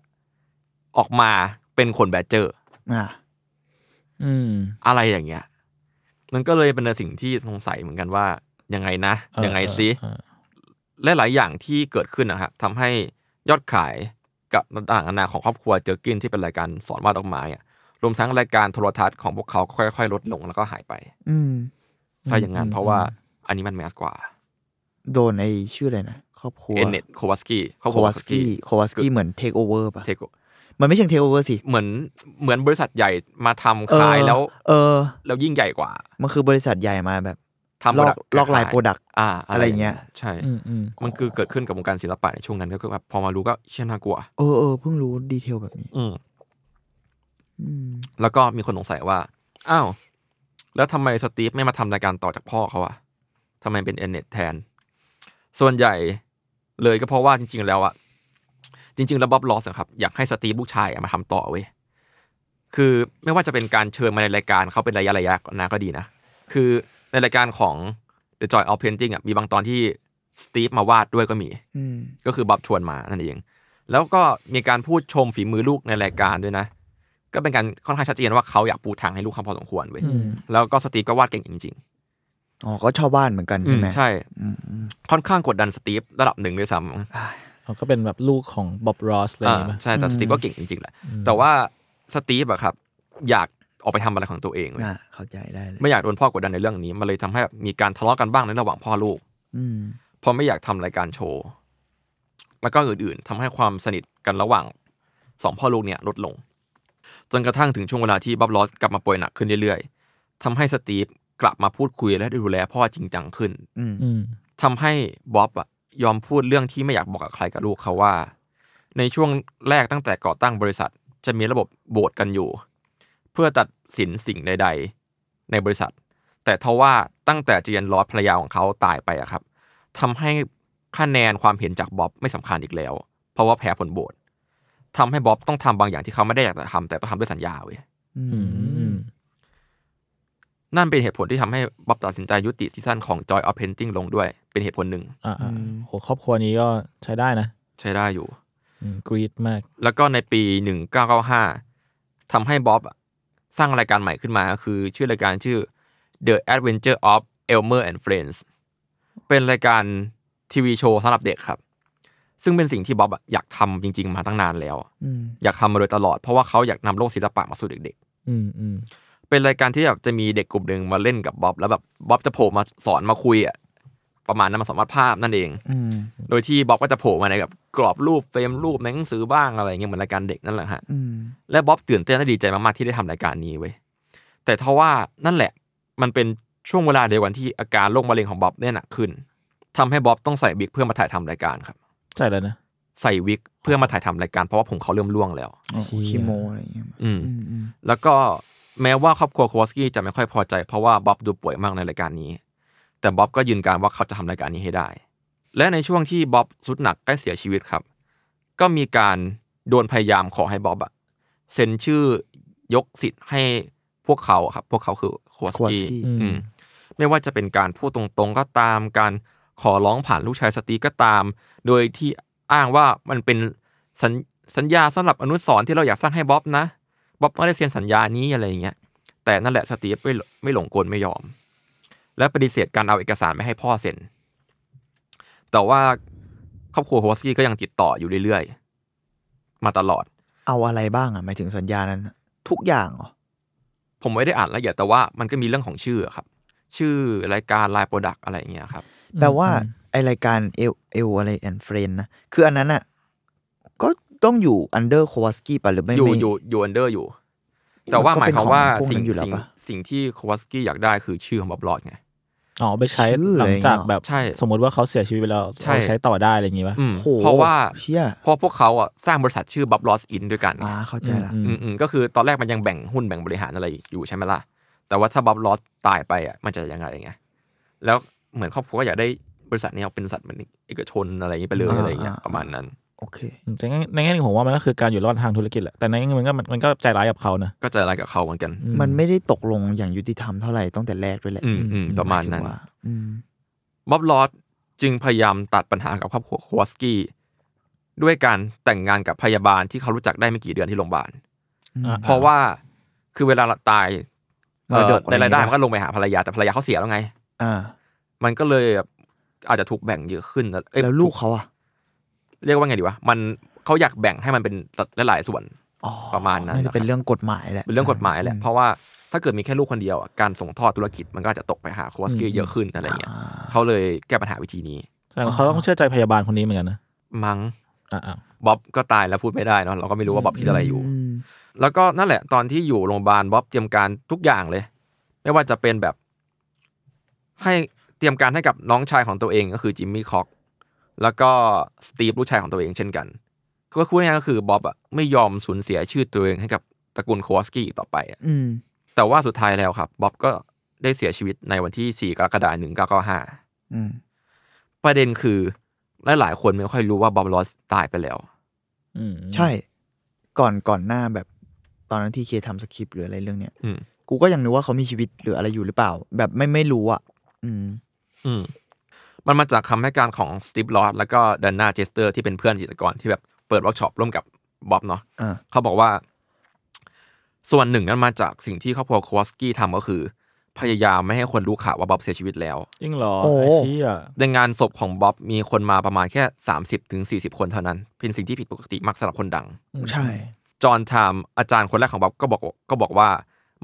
ออกมาเป็นขนแบดเจอร์
อ่า
อืม
อะไรอย่างเงี้ย มันก็เลยเป็นสิ่งที่สงสัยเหมือนกันว่ายังไงนะ
เออ
ยังไงซิ
เออเออ
และหลายอย่างที่เกิดขึ้นนะครับทำให้ยอดขายกับต่างๆนานาของครอบครัวเจอกินที่เป็นรายการสอนวาดดอกไม้อะรวมทั้งรายการโทรทัศน์ของพวกเขาก็ค่อยๆ ลดลงแล้วก็หายไป
อืม
ใช่อย่างนั้นเพราะว่าอันนี้มันแมสกว่า
โดนไอ้ชื่ออะไรนะ ครอบครัว
เอเนตโควาสกี้เขา
โควัสกี้โควัสกี้เหมือนเทคโอเวอร์ป่ะ
เทโก
มันไม่ใช่เทคโอเวอร์สิ
เหมือนเหมือนบริษัทใหญ่มาทำขายแล้ว
เออ
แล้วยิ่งใหญ่กว่า
มันคือบริษัทใหญ่มาแบบ
ทำ
ลอก
product
ลอกลายโปรดัก
อ่า
อะไรอย่างเงี้ย
ใช่
อืมอืม
มันคือเกิดขึ้นกับวงการศิลปะในช่วงนั้นก็คือแบบพอมารู้ก็เชี่ยน่ากลัว
เออเออเพิ่งรู้ดีเทลแบบนี้
อืม
อืม
แล้วก็มีคนสงสัยว่า อ้าว แล้วทำไมสตีฟไม่มาทำรายการต่อจากพ่อเขาอะทำไมเป็นเอเน็ตแทน ส่วนใหญ่เลยก็เพราะว่าจริง ๆ แล้วอะจริง ๆ แล้วบ๊อบลอสอะครับ อยากให้สตีฟลูกชายอะมาทำต่อเว้ย คือไม่ว่าจะเป็นการเชิญมาในรายการเขาเป็นระยะระยะๆนะก็ดีนะ คือในรายการของ The Joy of Painting อะมีบางตอนที่สตีฟมาวาดด้วยก็มี
อืม
ก็คือบ๊อบชวนมานั่นเอง แล้วก็มีการพูดชมฝีมือลูกในรายการด้วยนะ ก็เป็นการค่อนข้างชัดเจนว่าเขาอยากปูทางให้ลูกเขาพอสมควรเว้ย
อืม
แล้วก็สตีฟก็วาดเก่งจริง
อ๋อ ก็ชาวบ้านเหมือนกัน
ๆ
ใช่ไหม
ใช่
อืมอืม
ค่อนข้างกดดันสตีฟระดับหนึ่งด้วยซ้ำ
อ่า
เขาก็เป็นแบบลูกของบ๊อบรอสอะไรอ
อ่า
ย่างเงี้ย
ใช่แต่สตีฟก็เก่งจริงๆแหละแต่ว่าสตีฟอะครับ อยากออกไปทำอะไรของตัวเองเว้ย
อ่าเข้าใจได้เลย
ไม่อยากโดนพ่อกดดันในเรื่องนี้มันเลยทำให้แบบมีการทะเลาะกันบ้างในระหว่างพ่อลูก
อืม
เพราะไม่อยากทำรายการโชว์ แล้วก็อื่นๆทำให้ความสนิทกันระหว่างสองพ่อลูกเนี่ยลดลง จนกระทั่งถึงช่วงเวลาที่บ๊อบลอสกลับมาป่วยหนักขึ้นเรื่อยๆทำให้สตีฟกลับมาพูดคุยและดูแลพ่อจริงจังขึ้น
อืม
อืม
ทำให้บ๊อบอะยอมพูดเรื่องที่ไม่อยากบอกกับใครกับลูกเขาว่า ในช่วงแรกตั้งแต่ก่อตั้งบริษัท จะมีระบบโบสกันอยู่ เพื่อตัดสินสิ่งใด ๆ ในบริษัท แต่ทว่าตั้งแต่เจียนลอสภรรยาของเขาตายไปอะครับ ทำให้คะแนนความเห็นจากบ๊อบไม่สำคัญอีกแล้ว เพราะว่าแพ้ผลโบสทำให้บ๊อบต้องทำบางอย่างที่เขาไม่ได้อยากจะทำแต่ต้องทำด้วยสัญญาเว้ย
อื
อืม
ม
นั่นเป็นเหตุผลที่ทำให้บ๊อบตัดสินใจยุติซีซั่นของ Joy of Painting ลงด้วย เป็นเหตุผลหนึ่ง
อ่าๆโหครอบครัวนี้ก็ใช้ได้นะ
ใช้ได้อยู่
กรีดมาก
แล้วก็ในปี 1995ทำให้บ๊อบสร้างรายการใหม่ขึ้นมาคือชื่อรายการชื่อ The Adventure of Elmer and Friends เป็นรายการทีวีโชว์สำหรับเด็กครับ ซึ่งเป็นสิ่งที่บ๊อบอะอยากทำจริง ๆ มาตั้งนานแล้ว
อืม
อยากทำมาโดยตลอดเพราะว่าเขาอยากนำโลกศิลปะมาสู่เด็ก
อืมอืม
ๆ เป็นรายการที่แบบจะมีเด็กกลุ่มหนึ่งมาเล่นกับบ๊อบแล้วแบบบ๊อบจะโผล่มาสอนมาคุยอะประมาณนั้นมาสอนวาดภาพนั่นเอง
อืม
โดยที่บ๊อบก็จะโผล่มาในแบบกรอบรูปเฟรมรูปในหนังสือบ้างอะไรเงี้ยเหมือนรายการเด็กนั่นแหละฮะ
อืม
และบ๊อบตื่นเต้นและดีใจมาก ๆ ที่ได้ทำรายการนี้เว้ยแต่ทว่านั่นแหละมันเป็นช่วงเวลาเดียวกันที่อาการโรคมะเร็งของบ๊อบเนี่ยหนักขึ้นทำให้บ๊อบต้องใส่วิกเพื่อมาถ่ายทำรายการครับ
ใช่เลยนะ
ใส่วิกเพื่อมาถ่ายทำรายการเพราะว่าผมเขาเริ่มร่วงแล้ว
อ๋อคีโมอะไรอย่างเงี้ย
อืม
อืมอืม
แล้วก็แม้ว่าครอบครัวโควอสกี้จะไม่ค่อยพอใจ เพราะว่าบ๊อบดูป่วยมากในรายการนี้ แต่บ๊อบก็ยืนการว่าเขาจะทำรายการนี้ให้ได้ และในช่วงที่บ๊อบสุดหนักใกล้เสียชีวิตครับ ก็มีการโดนพยายามขอให้บ๊อบอะเซ็นชื่อยกสิทธิ์ให้พวกเขาอะครับ พวกเขาคือโควอส
ควอส
กี้
กี้
อืมไม่ว่าจะเป็นการพูดตรงๆก็ตาม การขอร้องผ่านลูกชายสตีก็ตาม โดยที่อ้างว่ามันเป็นสัญสัญญาสำหรับอนุสรณ์ที่เราอยากสร้างให้บ๊อบนะ บ๊อบไม่ได้เซ็นสัญญานี้อะไรอย่างเงี้ย แต่นั่นแหละสตีฟไม่ไม่หลงกลไม่ยอม และปฏิเสธการเอาเอกสารไม่ให้พ่อเซ็น แต่ว่าครอบครัวโฮสกี้ก็ยังติดต่ออยู่เรื่อยๆ มาตลอด
เอาอะไรบ้างอ่ะหมายถึงสัญญานั้นอะทุกอย่างเหรอ
ผมไม่ได้อ่านละเอียดแต่ว่ามันก็มีเรื่องของชื่อครับ ชื่อรายการไลน์โปรดักอะไรอย่างเงี้ยครับ
แปลว่าไอรายการเอลเอลอะไรแอนเฟรนนะ คืออันนั้นอ่ะ ก็ต้องอยู่อันเดอร์โควสกี้ป่ะหรือไม่
อยู่
ไม่
อยู่อยู่อันเดอร์อยู่ แต่ว่าหมายความว่าสิ่ง
มันก็เป็นของพวกนั้นอยู่แล้ว
สิ่ง
ปะ
สิ่งที่โควอสกี้อยากได้คือชื่อของบ๊อบลอดไง
อ๋อไปใช้
ชื่ออะไร
หลังจากแบบ
เงี้ยใช่
สมมติว่าเขาเสียชีวิตไปแล้ว
ใช่
เราใช้ต่อได้อะไรอย่างงี้ป่ะ
อืม
โอ้โห
เพราะว่า
เชี่ย
เพราะพวกเขาอ่ะสร้างบริษัทชื่อบ๊อบลอสอินด้วยกันไง
อ่าเข้าใจละ
อืม
อื
อื
ม
ม
อืมก็คือตอนแรกมันยังแบ่งหุ้นแบ่งบริหารอะไรอยู่ใช่ไหมล่ะ แต่ว่าถ้าบ๊อบลอสตายไปอ่ะมันจะยังไงไงแล้วเหมือนครอบครัวก็อยากได้บริษัทนี้เอาเป็นบริษัทเหมือนเอกชนอะไรอย่างนี้ไปเลย
อ่า
อะไรอย่างเงี้ย
อ่า
ประมาณนั้น
โอเค
แต่ในแง่ในแง่หนึ่งผมว่ามันก็คือการอยู่รอดทางธุรกิจแหละแต่ในแง่หนึ่งมันก็มันก็ใจร้ายกับเขานะ
ก็จะอะไรกับเขาเหมือนกัน
อื
มันไม่ได้ตกลงอย่างยุติธรรมเท่าไหร่ตั้งแต่แรกด้วยแหละ
อืมอืมประมาณนั้น
หยถึงว่อืม
บ๊อบลอสจึงพยายามตัดปัญหากับครอบครัวโควอสกี้ด้วยการแต่งงานกับพยาบาลที่เขารู้จักได้ไม่กี่เดือนที่โรงพยาบาล
อ่
เพราะว่าคือเวลาเราตาย
ม
เอ่
ร
อ
ดกอะ
ในรายได้มัน
ก็
ก็ลงไปหาภรรยาแต่ภรรยาเขาเสียแล้วไง
อ่า
มันก็เลยแบบอาจจะถูกแบ่งเยอะขึ้นเอ้ย
แล้วลูกเขาอ่ะ
เรียกว่าไงดีวะ มันเขาอยากแบ่งให้มันเป็นหลายๆส่วน
อ๋อ
ประมาณนั้น
น่าจะเป็น
นะครับ
เรื่องกฎหมายแหละ
เป็นเรื่องกฎหมายแหละ เพราะว่าถ้าเกิดมีแค่ลูกคนเดียวอ่ะการส่งทอดธุรกิจมันก็อาจจะตกไปหาโควอสกี้เยอะขึ้นอะไรเงี้ยเขาเลยแก้ปัญหาวิธีนี้
แต่เขาต้องเชื่อใจพยาบาลคนนี้เหมือนกันนะ
มั้ง
อ่า
บ๊อบก็ตายแล้วพูดไม่ได้เนาะเราก็ไม่รู้ว่าบ๊อบคิดอะไรอยู่
อืม
แล้วก็นั่นแหละ ตอนที่อยู่โรงพยาบาลบ๊อบเตรียมการทุกอย่างเลย ไม่ว่าจะเป็นแบบ ให้เตรียมการให้กับน้องชายของตัวเองก็คือจิมมี่คอกแล้วก็สตีฟลูกชายของตัวเองเช่นกันก็คือง่ายๆก็คือบ๊อบอะไม่ยอมสูญเสียชื่อตัวเองให้กับตระกูลโควอสกี้อีกต่อไปอะ
อืม
แต่ว่าสุดท้ายแล้วครับบ๊อบก็ได้เสียชีวิตในวันที่ 4 กรกฎาคม 1995
อืม
ประเด็นคือหลายๆคนไม่ค่อยรู้ว่าบ๊อบลอสตายไปแล้ว
ๆอืม
ใช่ก่อนก่อนหน้าแบบตอนนั้นที่เคทำสคริปต์หรืออะไรเรื่องเนี้ย
อืม
กูก็ยังนึกว่าเขามีชีวิตหรืออะไรอยู่หรือเปล่า แบบไม่ไม่รู้อ่ะ อืม
อืมมันมาจากคำให้การของสตีฟลอสแล้วก็ดันนาเจสเตอร์ที่เป็นเพื่อนจิตรกรที่แบบเปิดเวิร์กช็อปร่วมกับบ๊อบเนาะ
อ่า
เขาบอกว่า ส่วนหนึ่งนั้นมาจากสิ่งที่ครอบครัวโควอสกี้ทำก็คือ พยายามไม่ให้คนรู้ข่าวว่าบ๊อบเสียชีวิตแล้ว
จริงเหรอ
โอ้
ไอ้เชี่ย
ในงานศพของบ๊อบมีคนมาประมาณแค่ 30-40ถึง40 คนเท่านั้น เป็นสิ่งที่ผิดปกติมากสำหรับคนดัง
ใช่
จอห์นไทม์อาจารย์คนแรกของบ๊อบก็บอกก็บอกว่า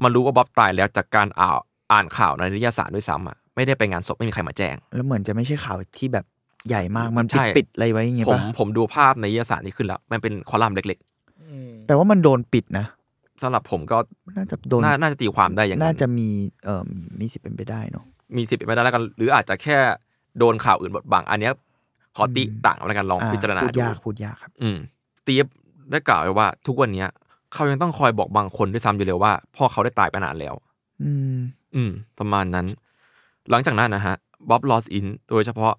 มันรู้ว่าบ๊อบตายแล้วจากการอ่านอ่านข่าวในนิตยสารด้วยซ้ำอ่ะไม่ได้ไปงานศพไม่มีใครมาแจ้ง
แล้วเหมือนจะไม่ใช่ข่าวที่แบบใหญ่มากมันปิ
ใช่
ดปิดอะไรไว้อย่างเงี้ย
ผ
ปะ
มผมดูภาพในนิตยสารที่ขึ้นแล้ว มันเป็นคอลัมน์เล็ก
อืม
แปลว่ามันโดนปิดนะ
ๆสำหรับผมก็
น่าจะโดน
น่าน่าจะตีความได้อย่าง
น่า
นั้น
จะมีเอ่อมีสิทธิ์เป็นไปได้เนาะ
มีสิทธิ์เป็นไปได้แล้วกัน หรืออาจจะแค่โดนข่าวอื่นบดบัง อันเนี้ยขอติต่างแล้วกันลอง
อ่
พิจารณา
พูด
ดู
ยากพูดยากครับ
อืมสตีฟได้กล่าวไว้ว่า ทุกวันเนี้ยเขายังต้องคอยบอกบางคนด้วยซ้ำอยู่เลยว่าพ่อเขาได้ตายไปนานแล้ว
อืม
อืม ประมาณนั้น หลังจากนั้นนะฮะบ๊อบลอสอินโดยเฉพาะ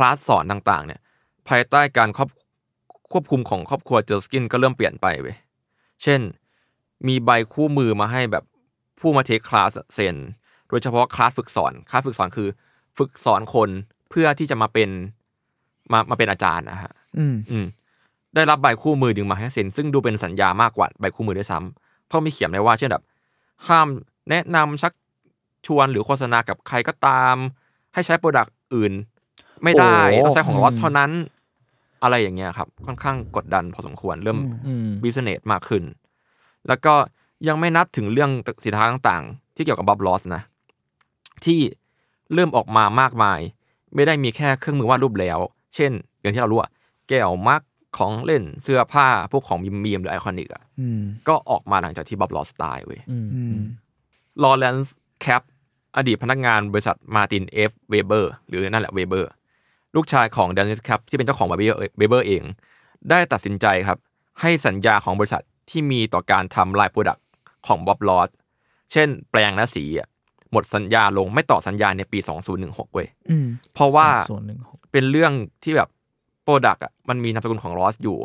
คลาสสอนต่างๆ เนี่ย ภายใต้การครอบควบคุมของครอบครัวเจอร์สกินก็เริ่มเปลี่ยนไปเว้ยเช่น มีใบคู่มือมาให้แบบผู้มาเทคคลาสเซ็น โดยเฉพาะคลาสฝึกสอนคลาสฝึกสอนคือ ฝึกสอนคนเพื่อที่จะมาเป็นมามาเป็นอาจารย์นะฮะ
อืม
อืมได้รับใบคู่มือดึงมาให้เซ็นซึ่งดูเป็นสัญญามากกว่าใบคู่มือด้วยซ้ำเพราะมีเขียนไว้ว่าเช่นแบบ ห้ามแนะนำชักชวนหรือโฆษณากับใครก็ตาม ให้ใช้โปรดักต์อื่น ไม่ได้
โอ้
ต้องใช้ของลอสเท่านั้น อะไรอย่างเงี้ยครับ ค่อนข้างกดดันพอสมควรเริ่ม
อืม
บิสเนสมากขึ้น แล้วก็ยังไม่นับถึงเรื่องสินค้าต่างๆ ที่เกี่ยวกับบับลอสนะ ที่เริ่มออกมามากมาย ไม่ได้มีแค่เครื่องมือวาดรูปแล้ว เช่น อย่างที่เรารู้อะแก้วมักของเล่นเสื้อผ้า พวกของมีมีมหรือไอคอนิกอะ
อืม
ก็ออกมาหลังจากที่บับลอสตายเว้ย
อืม
อืม
ลอเรนซ์แคปอดีตพนักงานบริษัทมาตินเอฟเวเบอร์หรือนั่นแหละเวเบอร์ลูกชายของแดนนิสแคปที่เป็นเจ้าของบาร์เบเบอร์เอง ได้ตัดสินใจครับ ให้สัญญาของบริษัทที่มีต่อการทำลายโปรดักต์ของบ๊อบลอสเช่นแปลงและสีอะหมดสัญญาลงไม่ต่อสัญญาในปี 2016 เว้ย
อืม
เพราะว่า
ส่วนหนึ่งของ
เป็นเรื่องที่แบบโปรดักต์อ่ะมันมีนามสกุลของลอสอยู่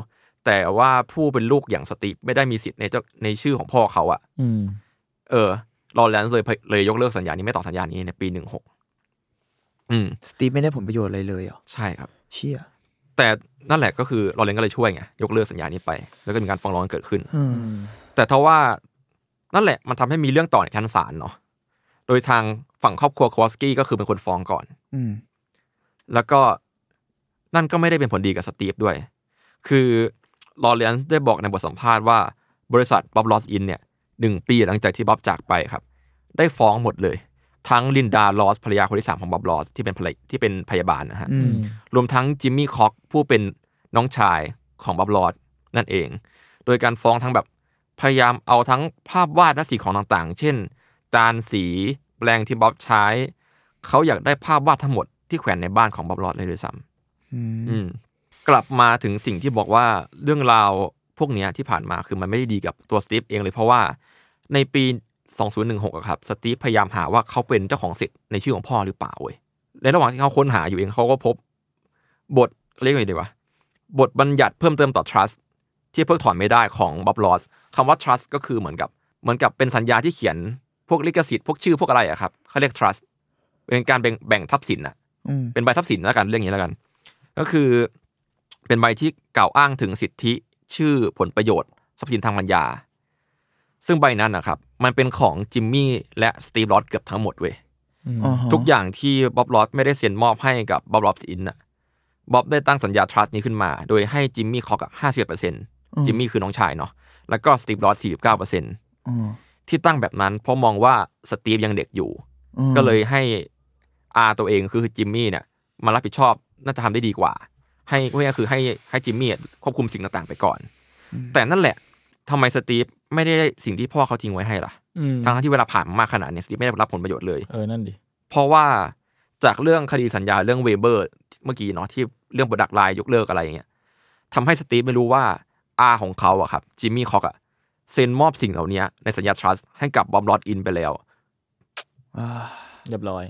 แต่ว่าผู้เป็นลูกอย่างสตีฟไม่ได้มีสิทธิ์ในเจ้าในชื่อของพ่อเขาอ่ะ
อืม
เออลอเรนซ์เลยเลยยกเลิกสัญญานี้ไม่ต่อสัญญานี้ในปีหนึ่งหกอืม
สตีฟไม่ได้ผลประโยชน์อะไรเลยเหรอ
ใช่ครับ
เชี่ย
แต่นั่นแหละก็คือลอเรนซ์ก็เลยช่วยไง ยกเลิกสัญญานี้ไป แล้วก็มีการฟ้องร้องกันเกิดขึ้น
อืม
แต่ทว่านั่นแหละมันทำให้มีเรื่องต่อในชั้นศาลเนาะโดยทางฝั่งครอบครัวคอสกี้ก็คือเป็นคนฟ้องก่อน
อืม
แล้วก็นั่นก็ไม่ได้เป็นผลดีกับสตีฟด้วย คือลอเรนซ์ได้บอกในบทสัมภาษณ์ว่าบริษัทบ๊อบลอสอินเนี่ยหนึ่งปีหลังจากที่บ๊อบจากไปครับ ได้ฟ้องหมดเลย ทั้งลินดาลอสภรรยาคนที่สามของบ๊อบลอสที่เป็นภรรยที่เป็นพยาบาลนะฮะ
อืม
รวมทั้งจิมมี่คอกผู้เป็นน้องชายของบ๊อบลอสนั่นเอง โดยการฟ้องทั้งแบบพยายามเอาทั้งภาพวาดและสีของต่างๆ เช่น จานสีแปลงที่บ๊อบใช้ เขาอยากได้ภาพวาดทั้งหมดที่แขวนในบ้านของบ๊อบลอสเลยด้วยซ้ำ
อืม
อืมกลับมาถึงสิ่งที่บอกว่าเรื่องราวพวกเนี้ยที่ผ่านมาคือมันไม่ได้ดีกับตัวสตีฟเองเลยเพราะว่าในปี 2016อะครับสตีฟพยายามหาว่าเขาเป็นเจ้าของสิทธิ์ในชื่อของพ่อหรือเปล่าเว้ยในระหว่างที่เขาค้นหาอยู่เองเขาก็พบบทเรียกว่าไงดีวะบทบัญญัติเพิ่มเติมต่อ trust ที่เพิกถอนไม่ได้ของบ๊อบลอสคำว่า trust ก็คือเหมือนกับเหมือนกับเป็นสัญญาที่เขียนพวกลิขสิทธิ์พวกชื่อพวกอะไรอะครับเขาเรียก trust เป็นการแบ่งแบ่งทรัพย์สินอะ
อืม
เป็นใบทรัพย์สินแล้วกันเรื่องนี้แล้วกัน ก็คือเป็นใบที่กล่าวอ้างถึงสิทธิชื่อผลประโยชน์ทรัพย์สินทางปัญญา ซึ่งใบนั้นนะครับ มันเป็นของจิมมี่และสตีฟลอสเกือบทั้งหมดเว้ยทุกอย่างที่บ๊อบลอสไม่ได้เซ็นมอบให้กับบ๊อบลอสอินน่ะบ๊อบได้ตั้งสัญญาทรัสต์นี้ขึ้นมา โดยให้จิมมี่คอกห้าสิบเปอร์เซ็นต์
ม
จิมมี่คือน้องชายเนาะแล้วก็สตีฟลอสสี่สิบเก้าเปอร์เซ็นต์
อืม
ที่ตั้งแบบนั้นเพราะมองว่าสตีฟยังเด็กอยู่
อืม
ก็เลยให้อาตัวเองคือจิมมี่เนี่ยมารับผิดชอบน่าจะทำได้ดีกว่า ให้ก็คือให้ให้จิมมี่ควบคุมสิ่งต่างๆไปก่อน แต่นั่นแหละทำไมสตีฟไม่ได้สิ่งที่พ่อเขาทิ้งไว้ให้ล่ะ
อืม
ทั้งที่เวลาผ่านมามากขนาดเนี้สตีฟไม่ได้รับผลประโยชน์เลย
เออ นั่นดิ
เพราะว่าจากเรื่องคดีสัญญาเรื่องเวเบอร์เมื่อกี้เนาะที่เรื่องบดักไลน์ยกเลิกอะไรอย่างเงี้ยทำให้สตีฟไม่รู้ว่าอาของเขาอะครับจิมมี่คอกอะเซ็นมอบสิ่งเหล่านี้ในสัญญาทรัสต์ให้กับบอมลอดอินไปแล้ว
อ่า
เรียบร้อย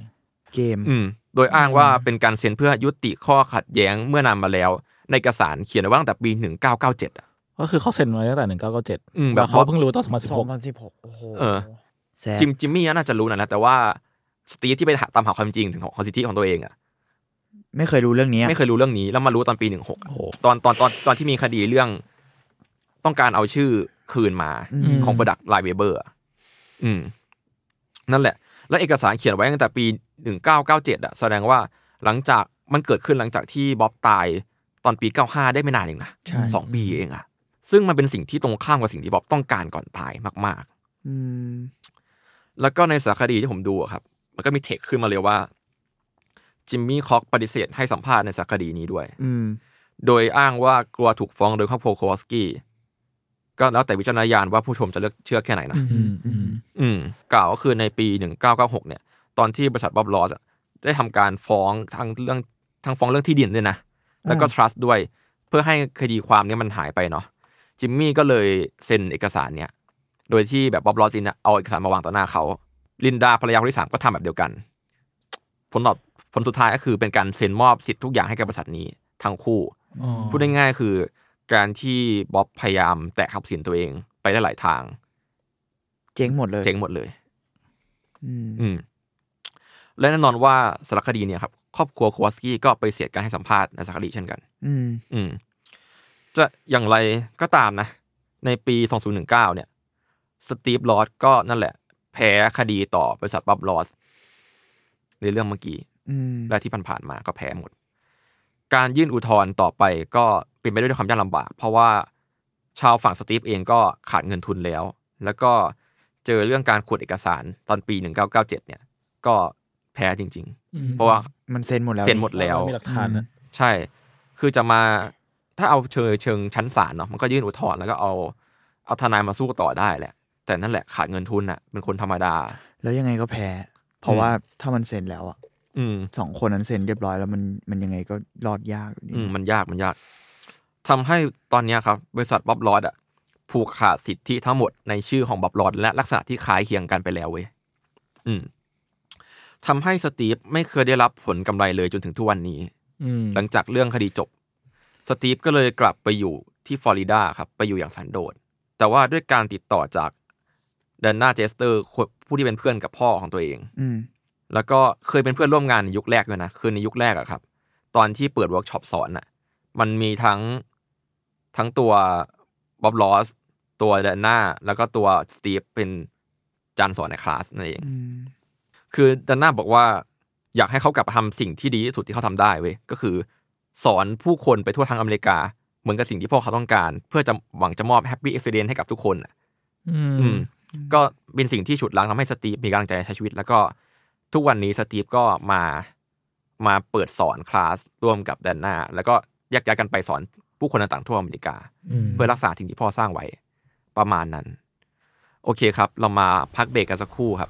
เกม
อืมโดยอ้างว่าเป็นการเซ็นเพื่อยุติข้อขัดแย้งเมื่อนานมาแล้ว ในเอกสารเขียนไว้ตั้งแต่ปี 1997อ่ะ
ก็คือเขาเซ็นมาตั้งแต่หนึ่งเก้าเก้าเจ็ด
อืมแบบ
เขาเพิ่งรู้ตอนสองพันสิบ
สอ
ห
ง
ก
พันสิบหกโอ้โห
เออ
แซบ
จิมจิมมี่น่าจะรู้นะนะ แต่ว่าสตีฟที่ไปหาตามหาความจริงถึงของสิทธิของตัวเองอ่ะ
ไม่เคยรู้เรื่องเนี้ย
ไม่เคยรู้เรื่องนี้แล้วมารู้ตอนปี 16
โอ้โห
ตอนตอนตอนตอนที่มีคดีเรื่องต้องการเอาชื่อคืนมา
อื
อื
ม
ม
ของ Product Line Weber อะอืม นั่นแหละ และเอกสารเขียนไว้ตั้งแต่ปี 1997อะแสดงว่าหลังจากมันเกิดขึ้นหลังจากที่บ๊อบตายตอนปี 95 ได้ไม่นานเองนะสองปีเองอะซึ่งมันเป็นสิ่งที่ตรงข้ามกับสิ่งที่บ๊อบต้องการก่อนตายมาก
อืม
ๆ แล้วก็ในสารคดีที่ผมดูอะครับ มันก็มีเทคขึ้นมาเลยว่า จิมมี่คอกปฏิเสธให้สัมภาษณ์ในสารคดีนี้ด้วย
อืม
โดยอ้างว่ากลัวถูกฟ้องโดยครอบครัวโควอสกี้ ก็แล้วแต่วิจารณญาณว่าผู้ชมจะเลือกเชื่อแค่ไหนนะ
อืมอืม
อืมกล่าวก็คือในปี 1996 เนี่ย ตอนที่บริษัทบ๊อบลอสอะได้ทำการฟ้องทั้งเรื่องทั้งฟ้องเรื่องที่ดินด้วยนะ แล้วก็ trust ด้วย เพื่อให้คดีความเนี่ยมันหายไปเนาะ จิมมี่ก็เลยเซ็นเอกสารเนี่ย โดยที่แบบบ๊อบลอสอินอะเอาเอกสารมาวางต่อหน้าเขา ลินดาภรรยาคนที่สามก็ทำแบบเดียวกัน ผลตอบผลสุดท้ายก็คือเป็นการเซ็นมอบสิทธิ์ทุกอย่างให้กับบริษัทนี้ทั้งคู่
อ๋อ
พูดง่ายๆคือการที่บ๊อบพยายามแตะทรัพย์สินตัวเองไปได้หลายทาง
เจ๊งหมดเลย
เจ๊งหมดเลย
อืม
อืม และแน่นอนว่าสารคดีเนี่ยครับครอบครัวโควาสกี้ก็ไปเสียการให้สัมภาษณ์ในสารคดีเช่นกัน
อืม
อืม จะอย่างไรก็ตามนะ ในปี 2019 เนี่ย สตีฟลอสก็นั่นแหละ แพ้คดีต่อบริษัทบับลอสในเรื่องเมื่อกี้
อืม
และที่ผ่านๆมาก็แพ้หมด การยื่นอุทธรณ์ต่อไปก็เป็นไปด้วยความยากลำบาก เพราะว่าชาวฝั่งสตีฟเองก็ขาดเงินทุนแล้ว แล้วก็เจอเรื่องการขวดเอกสารตอนปี 1997 เนี่ย ก็แพ้จริง
嗯
ๆ เพราะว่า
มันเซ็นหมดแล้ว
เซ็นหมด แล้ว
ไมีหลักฐานนะ
ใช่ คือจะมาถ้าเอาเชิงเชิงชั้นศาลเนาะ มันก็ยื่นอุทธรณ์แล้วก็เอาเอาทนายมาสู้ต่อได้แหละ แต่นั่นแหละขาดเงินทุนอ่ะ เป็นคนธรรมดา
แล้วยังไงก็แพ้ เพราะว่าถ้ามันเซ็นแล้วอ่ะ
อืม
สองคนนั้นเซ็นเรียบร้อยแล้วมันมันยังไงก็รอดยากอยู่ดี
อืมมันยากมันยากทำให้ตอนเนี้ยครับ บริษัทบ๊อบลอดอ่ะผูกขาดสิทธิทั้งหมดในชื่อของบ๊อบลอดและลักษณะที่คล้ายเคียงกันไปแล้วเว้ยอืมทำให้สตีฟไม่เคยได้รับผลกำไรเลยจนถึงทุกวันนี้
อืม
หลังจากเรื่องคดีจบ สตีฟก็เลยกลับไปอยู่ที่ฟลอริดาครับ ไปอยู่อย่างสันโดษ แต่ว่าด้วยการติดต่อจากเดนนาเจสเตอร์คนผู้ที่เป็นเพื่อนกับพ่อของตัวเอง
อืม
แล้วก็เคยเป็นเพื่อนร่วมงานในยุคแรกด้วยนะ คือในยุคแรกอะครับ ตอนที่เปิดเวิร์กช็อปสอนน่ะ มันมีทั้งทั้งตัวบ๊อบลอส ตัวเดนนาแล้วก็ตัวสตีฟเป็นอาจานสอนในคลาสนั่นเอง
อืม
คือดันน่าบอกว่าอยากให้เขากลับมาทำสิ่งที่ดีที่สุดที่เขาทำได้เว้ยก็คือ สอนผู้คนไปทั่วทั้งอเมริกา เหมือนกับสิ่งที่พ่อเขาต้องการ เพื่อจะหวังจะมอบแฮปปี้เอ็กซ์เดนให้กับทุกคนน่ะ
อื
อื
ม
มก็เป็นสิ่งที่ฉุดล้างทำให้สตีฟมีกำลังใจในใช้ชีวิต แล้วก็ทุกวันนี้สตีฟก็มามาเปิดสอนคลาสร่วมกับแดนน่าแล้วก็แยกย้ายกันไปสอนผู้คนต่างๆทั่วอเมริกา
ม
เพื่อรักษาสิ่งที่พ่อสร้างไว้ประมาณนั้น โอเคครับ เรามาพักเบรกกันสักครู่ครับ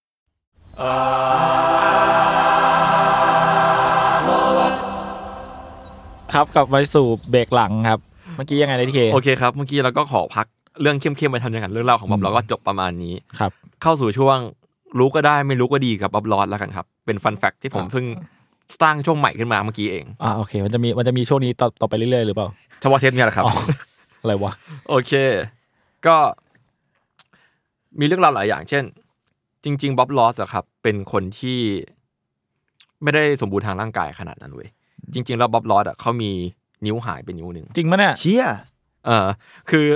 ครับกลับไปสู่เบรกหลังครับ เมื่อกี้ยังไงนะทีเค
โอเคครับ เมื่อกี้เราก็ขอพักเรื่องเข้มๆไปทำอย่างนั้นเรื่องเล่าของบ๊อบเราก็จบประมาณนี้
ครับ
เข้าสู่ช่วงรู้ก็ได้ไม่รู้ก็ดีกับบ๊อบลอดแล้วกันครับ เป็นฟันแฟกที่ผม
อ่า
เพิ่งสร้างช่วงใหม่ขึ้นมาเมื่อกี้เอง
อ่าโอเค มันจะมีมันจะมีช่วงนี้ต่อต่อไปเรื่อยๆหรือเปล่า
เฉพาะเทปเนี้แหละครับ
อ๋อ อะไรวะ
โอเค ก็ มีเรื่องราวหลายอย่าง เช่น จริง ๆบ๊อบลอสอะครับ เป็นคนที่ไม่ได้สมบูรณ์ทางร่างกายขนาดนั้นเว้ยจริง ๆ แล้วบ๊อบลอสอะเขามีนิ้วหายเป็นนิ้วหนึ่ง
จริงมะเนี่ย
เชี่ย
เออคือ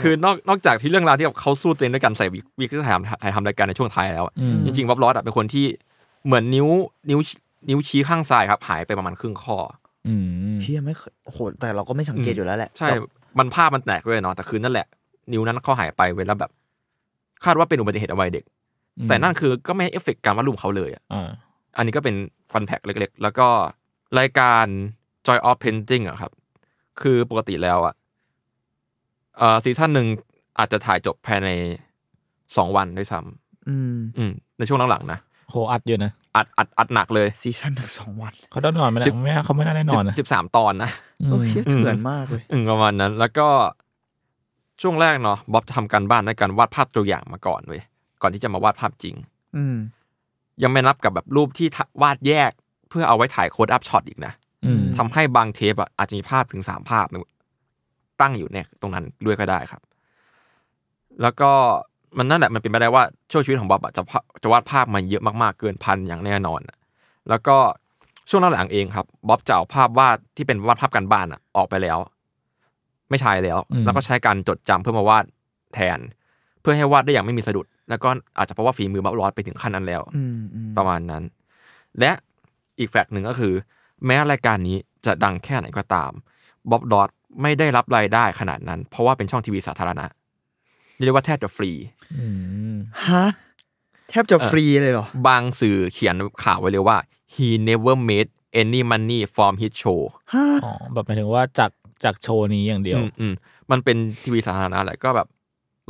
คือนอกนอกจากที่เรื่องราวที่แบบเขาสู้ตัวเองด้วยกันใส่วิกวิกที่ถ่ายทำถ่ายทำรายการในช่วงท้ายแล้วอะ
อืม
จริงๆบ๊อบลอสอะเป็นคนที่เหมือนนิ้วนิ้วนิ้วชี้ข้างซ้ายครับ หายไปประมาณครึ่งข้อ
อืม
เชี่ยไม่เคยโอ้โหแต่เราก็ไม่สังเกต
อืม
อยู่แล้วแหละ
ใช่
แต่
มันภาพมันแตกเลยเนาะแต่คือนั่นแหละ นิ้วนั้นเขาหายไปเว้ยแล้วแบบ คาดว่าเป็นอุบัติเหตุอวัยเด็ก
อืม
แต่นั่นคือก็ไม่ให้เอฟเฟกต์การวาดรูปเขาเลยอะ
อ่า
อันนี้ก็เป็นฟันแพ็กเล็กๆ แล้วก็รายการ Joy of Painting อะครับ คือปกติแล้วอะเอ่อซีซั่นหนึ่งอาจจะถ่ายจบภายในสองวันด้วยซ้
อืม
ำอืม ในช่วงหลังๆนะ
โหอัดอยู่นะ
อัดอัดอัดหนักเลย
ซีซั่นหนึ่งสองวัน
เขาได้นอนไหมเนี่ยไม่น่าเขาไม่น่าได้นอนนะ
สิบสามตอนนะ
โอ้
ม
เชี่ยเถื่อนมากเลย
อืมประมาณนั้น แล้วก็ช่วงแรกเนาะบ๊อบจะทำการบ้านด้วยการวาดภาพตัวอย่างมาก่อนเว้ยก่อนที่จะมาวาดภาพจริง
อืม
ยังไม่นับกับแบบรูปที่ถ่าวาดแยก เพื่อเอาไว้ถ่ายโค้ดอัพช็อตอีกนะ
อืม
ทำให้บางเทปอะอาจจะมีภาพถึงสามภาพตั้งอยู่เนี่ยตรงนั้นด้วยก็ได้ครับ แล้วก็มันนั่นแหละมันเป็นไปได้ว่าช่วงชีวิตของบ๊อบอะจะพะจะวาดภาพมาเยอะมากๆเกินพันอย่างแน่นอนอะแล้วก็ช่วงหลังๆเองครับบ๊อบจะเอาภาพวาดที่เป็นวาดภาพกันบ้านอะออกไปแล้ว ไม่ใช้แล้ว แล้วก็ใช้การจดจำเพื่อมาวาดแทน เพื่อให้วาดได้อย่างไม่มีสะดุด แล้วก็อาจจะเพราะว่าฝีมือบ๊อบร้อนไปถึงขั้นนั้นแล้ว
อืมอืม
ประมาณนั้น และอีกแฟกต์หนึ่งก็คือ แม้รายการนี้จะดังแค่ไหนก็ตามบ๊อบดอตไม่ได้รับรายได้ขนาดนั้น เพราะว่าเป็นช่องทีวีสาธารณะเรียกว่าแทบจะฟรี
อืม
ฮะแทบจะ
เอ่อ
ฟรีเลยเหรอ
บางสื่อเขียนข่าวไว้เลยว่า he never made any money from his show
อ๋อแบบหมายถึงว่าจาก จากโชว์นี้อย่างเดียว
อืมอืมมันเป็นทีวีสาธารณะแหละก็แบบ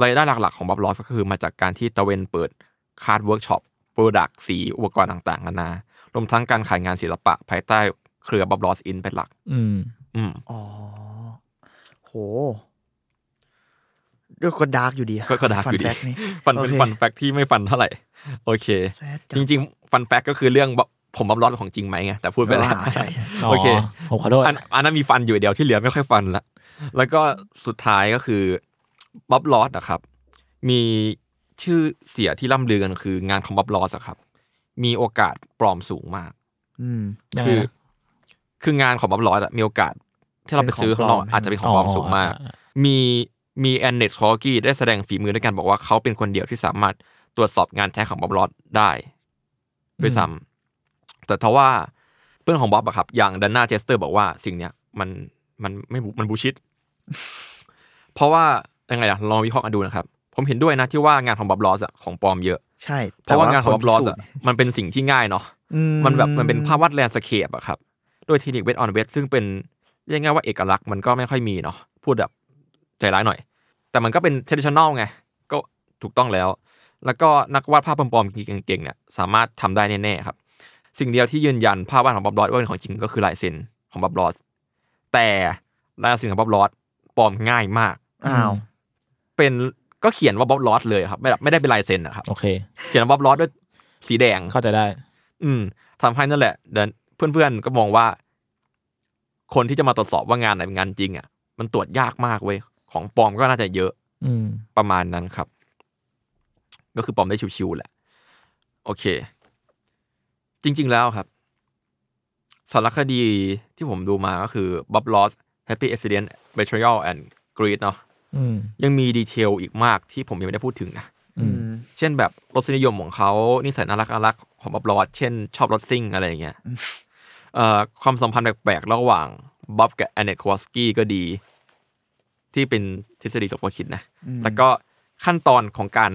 รายได้หลักๆของบับลอสก็คือมาจากการที่ตะเวนเปิดคาร์ดเวิร์กช็อปโปรดักสีอุปกรณ์ต่างๆนานารวมทั้งการขายงานศิลปะภายใต้เครือบับลอสอินเป็นหลัก
อืม
อืม
อ๋อโหเรื่องก็ดาร์กอยู่ดีอะ
ก็กระดาษ
ฟั
อยู่
แฟ
ดี
กต์นี่
ฟันเป็น
โอค
ฟันแฟกที่ไม่ฟันเท่าไหร่ โอเค
แซด
จริงๆฟันแฟกก็คือเรื่องบผมบับลอสของจริงไหมไงแต่พูดไปแล้ว
อ่าใช่ใช่
โอเค
ผมขอโทษ
อันอันนั้นมีฟันอยู่เดียวที่เหลือไม่ค่อยฟันละแล้วก็สุดท้ายก็คือบ๊อบลอสนะครับ มีชื่อเสียที่ล่ำลือกันคืองานของบ๊อบลอสครับ มีโอกาสปลอมสูงมาก
อืม
ยังไง
คือ
นะ
คืองานของบ๊อบลอสอะมีโอกาสที่เราไปซื้อ
เป็
ข้านง
ข
น
อ
อง ก
ปลอม
อาจจะเป็นของปลอมสูงมาก มีมีแอนเนตคอกี้ได้แสดงฝีมือด้วยกันบอกว่าเขาเป็นคนเดียวที่สามารถตรวจสอบงานแท้ของบ๊อบลอสได้ด้วยซ้ำแต่ทว่าเพื่อนของบ๊อบอะครับ อย่างดันน่าเจสเตอร์บอกว่าสิ่งเนี้ยมันมันไม่บูมันบูชิด เพราะว่ายังไงล่ะลองวิเคราะห์กันดูนะครับ ผมเห็นด้วยนะที่ว่างานของบ๊อบลอสอะของปลอมเยอะ
ใช่
เพราะว่างานของ
ค
บ๊อบลอส
พิสูจ
อะ
น์
มันเป็นสิ่งที่ง่ายเนาะ
อื
มันแบบมันเป็นภาพวาดแลนด์สเคปอะครับ โดยเทคนิคเวทออนเวทซึ่งเป็นเรียกง่ายว่าเอกลักษณ์มันก็ไม่ค่อยมีเนาะพูดแบบใจร้ายหน่อย แต่มันก็เป็น traditional ไง ก็ถูกต้องแล้ว แล้วก็นักวาดภาพปลอมๆเก่งๆเนี่ยสามารถทำได้แน่ๆครับ สิ่งเดียวที่ยืนยันภาพวาดของบ๊อบลอสว่าเป็นของจริงก็คือลายเซ็นของบ๊อบลอสแต่ลายเซ็นของบ๊อบลอสปลอมง่ายมาก
อ้าว
เป็นก็เขียนว่าบ๊อบลอสเลยครับไม่ได้ไม่ได้เป็นลายเซ็นนะครับ
โอเค
เขียนว่าบ๊อบลอสด้วยสีแดง
เข้าใจได้
อืมทำให้นั่นแหละเดินเพื่อนๆก็มองว่า คนที่จะมาตรวจสอบว่างานไหนเป็นงานจริงอ่ะมันตรวจยากมากเว้ยของปลอมก็น่าจะเยอะ
อืม
ประมาณนั้นครับ ก็คือปลอมได้ชิวๆแหละ โอเค จริง ๆแล้วครับสารคดีที่ผมดูมาก็คือ Bob Ross Happy Accident Betrayal and Greed เนาะ
อืม
ยังมีดีเทลอีกมากที่ผมยังไม่ได้พูดถึงนะ
อืม
เช่นแบบรสนิยมของเขานิสัยน่ารักน่ารักของบ๊อบลอดเช่น ชอบรถซิ่งอะไรอย่างเงี้ยเอ่อความสัมพันธ์แปลกๆระหว่างบ๊อบกับแอนเนตควอสกี้ก็ดี ที่เป็นทฤษฎีสมคบคิดนะ แล้วก็ขั้นตอนของการ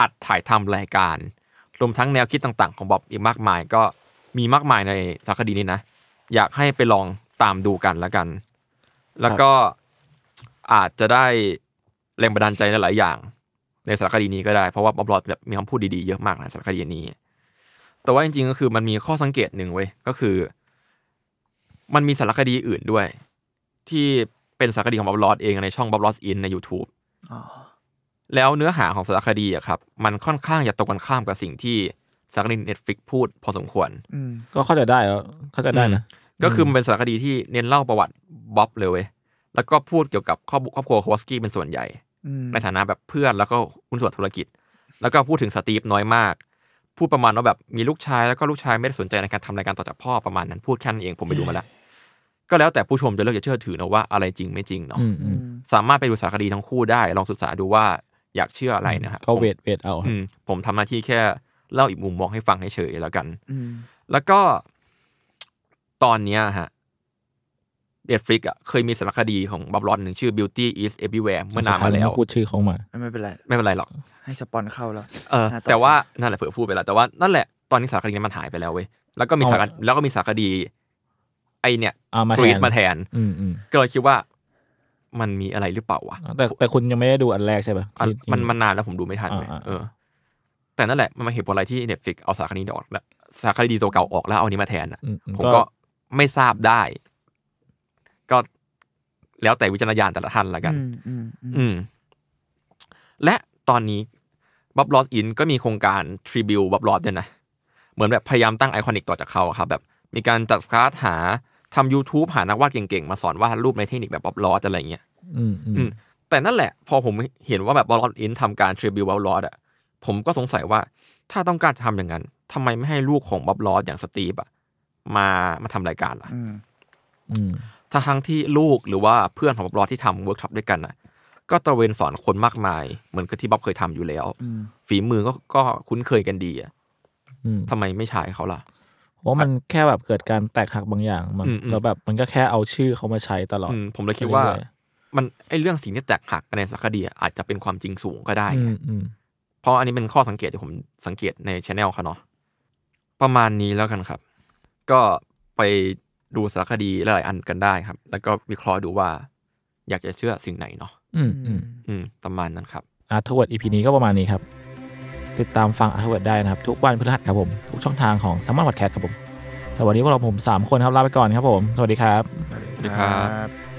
อัดถ่ายทำรายการ รวมทั้งแนวคิดต่างๆ ของบ๊อบอีกมากมายก็มีมากมายในสารคดีนี้นะ อยากให้ไปลองตามดูกันแล้วกัน แล้วก็อาจจะได้แรงบันดาลใจหลายๆอย่าง ในสารคดีนี้ก็ได้ เพราะว่าบ๊อบลอดแบบมีคำพูดดีๆเยอะมากนะสารคดีนี้ แต่ว่าจริงๆก็คือมันมีข้อสังเกตหนึ่งเว้ยก็คือ มันมีสารคดีอื่นด้วย ที่เป็นสารคดีของบ๊อบลอดเองในช่องบ๊อบลอดอินใน YouTube
อ๋อ
แล้วเนื้อหาของสารคดีอะครับ มันค่อนข้างจะตรงกันข้ามกับสิ่งที่สารคดีเน็ตฟิกพูดพอสมควร
อืม
ก็เข้าใจได้แล้วเข้าใจได้นะ
ก็คือมันเป็นสารคดีที่เน้นเล่าประวัติบ๊อบเลยเว้ยแล้วก็พูดเกี่ยวกับครอบครอบครัวโควอสกี้เป็นส่วนใหญ่
อืม
ในฐานะแบบเพื่อนแล้วก็หุ้นส่วนธุรกิจ แล้วก็พูดถึงสตีฟน้อยมาก พูดประมาณว่าแบบมีลูกชายแล้วก็ลูกชายไม่ได้สนใจในการทำรายการต่อจากพ่อประมาณนั้นพูดแค่นั้นเองผมไปดูมาแล้ว ก็แล้วแต่ผู้ชมจะเลือกจะเชื่อถือนะว่าอะไรจริงไม่จริงเนาะ
อืมอื
อื
ม
ม
สามารถไปดูสารคดีทั้งคู่ได้ ลองศึกษาดูว่าอยากเชื่ออะไรนะฮะ
ก็
ผม
เวทเวทเอา
อืมผมทำหน้าที่แค่เล่าอีกมุมมองให้ฟังให้เฉยแล้วกัน
อืม
แล้วก็ตอนเนี้ยฮะเดดฟลิกอ่ะเคยมีสารคดีของบับลอนหนึ่งชื่อ Beauty is Everywhere เมื่อนานมาแล้ว
พูดชื่อเขามา
ไม่เป็นไร
ไม่เป็นไรหรอก
ให้สปอนเข้าแล้ว
เออ
หน้อ
แต่ว่านั่นแหละเผื่อพูดไปแล้วแต่ว่านั่นแหละตอนนี้สารคดีนั้นมันหายไปแล้วเว้ยแล้วก็มีสารคดีแล้วก็มีสารคดี ไอเนี่ย
เอามากแท
รีด
น
มาแทน
อืมอืม
ก็เลยคิดว่า มันมีอะไรหรือเปล่าวะ
แต่แต่คุณยังไม่ได้ดูอันแรกใช่ปะ
อัน
ที่
มันมันนานแล้วผมดูไม่ทันเว้ย
อ่าอ่า
เออ แต่นั่นแหละมันมาเหตุผลอะไรที่เน็ตฟิกเอาสารคดีออกแล้วสารคดีตัวเก่าออกแล้วเอาอันนี้มาแทนอ่ะ
อืมอืม
ผมก็ไม่ทราบได้ ก็แล้วแต่วิจารณญาณแต่ละท่านละกัน
อืมอืมอืม
อืม และตอนนี้บ๊อบลอสอินก็มีโครงการทริบิวบ๊อบลอสเนี่ยนะ เหมือนแบบพยายามตั้งไอคอนิกต่อจากเขาอะครับ แบบ มีการจัดคลาสหาทำ YouTube หานักวาดเก่งๆ มาสอนวาดรูปในเทคนิคแบบบ๊อบลอสอะไรอย่างเงี้ย
อืมอื
อื
ม
ม แต่นั่นแหละ พอผมเห็นว่าแบบบ๊อบลอสอินทำการทริบิวบ๊อบลอสอ่ะ ผมก็สงสัยว่าถ้าต้องการจะทำอย่างนั้นทำไมไม่ให้ลูกของบ๊อบลอสอย่างสตีฟอะมามาทำรายการล่ะ
อืม
อืม
ทั้งทั้งๆที่ลูกหรือว่าเพื่อนของบ๊อบลอดที่ทำเวิร์กช็อปด้วยกันน่ะ ก็ตระเวนสอนคนมากมาย เหมือนกับที่บ๊อบเคยทำอยู่แล้ว
อืม
ฝีมือก็ก็คุ้นเคยกันดีอะ
อืม
ทำไมไม่ใช้เขาล่ะ
เพราะมันแค่แบบเกิดการแตกหักบางอย่างมัน
อืมอืม
แล้วแบบมันก็แค่เอาชื่อเขามาใช้ตลอด
อืมผมเลยคิดว่า
เรื่อย
มันไอเรื่องสิ่งที่แตกหักกันในสารคดีอะอาจจะเป็นความจริงสูงก็ได้
ๆ
ไง
อืมอืม
เพราะอันนี้เป็นข้อสังเกตที่ผมสังเกตในช anel เขาเนาะประมาณนี้แล้วกันครับ ก็ไปดูสารคดีหลายๆอันกันได้ครับ แล้วก็วิเคราะห์ดูว่า อยากจะเชื่อสิ่งไหนเนาะ
อืมอืม
อืมประมาณนั้นครับ
อาร์ทเวิร์ดอีพีนี้ก็ประมาณนี้ครับ ติดตามฟังอาร์ทเวิร์ดได้นะครับ ทุกวันพฤหัสครับผม ทุกช่องทางของสมาร์ทพอดแคสต์ครับผมแต่วันนี้พวกเราผมสามคนครับลาไปก่อนครับผม สวัสดีครับ
สวัสดี
ครับ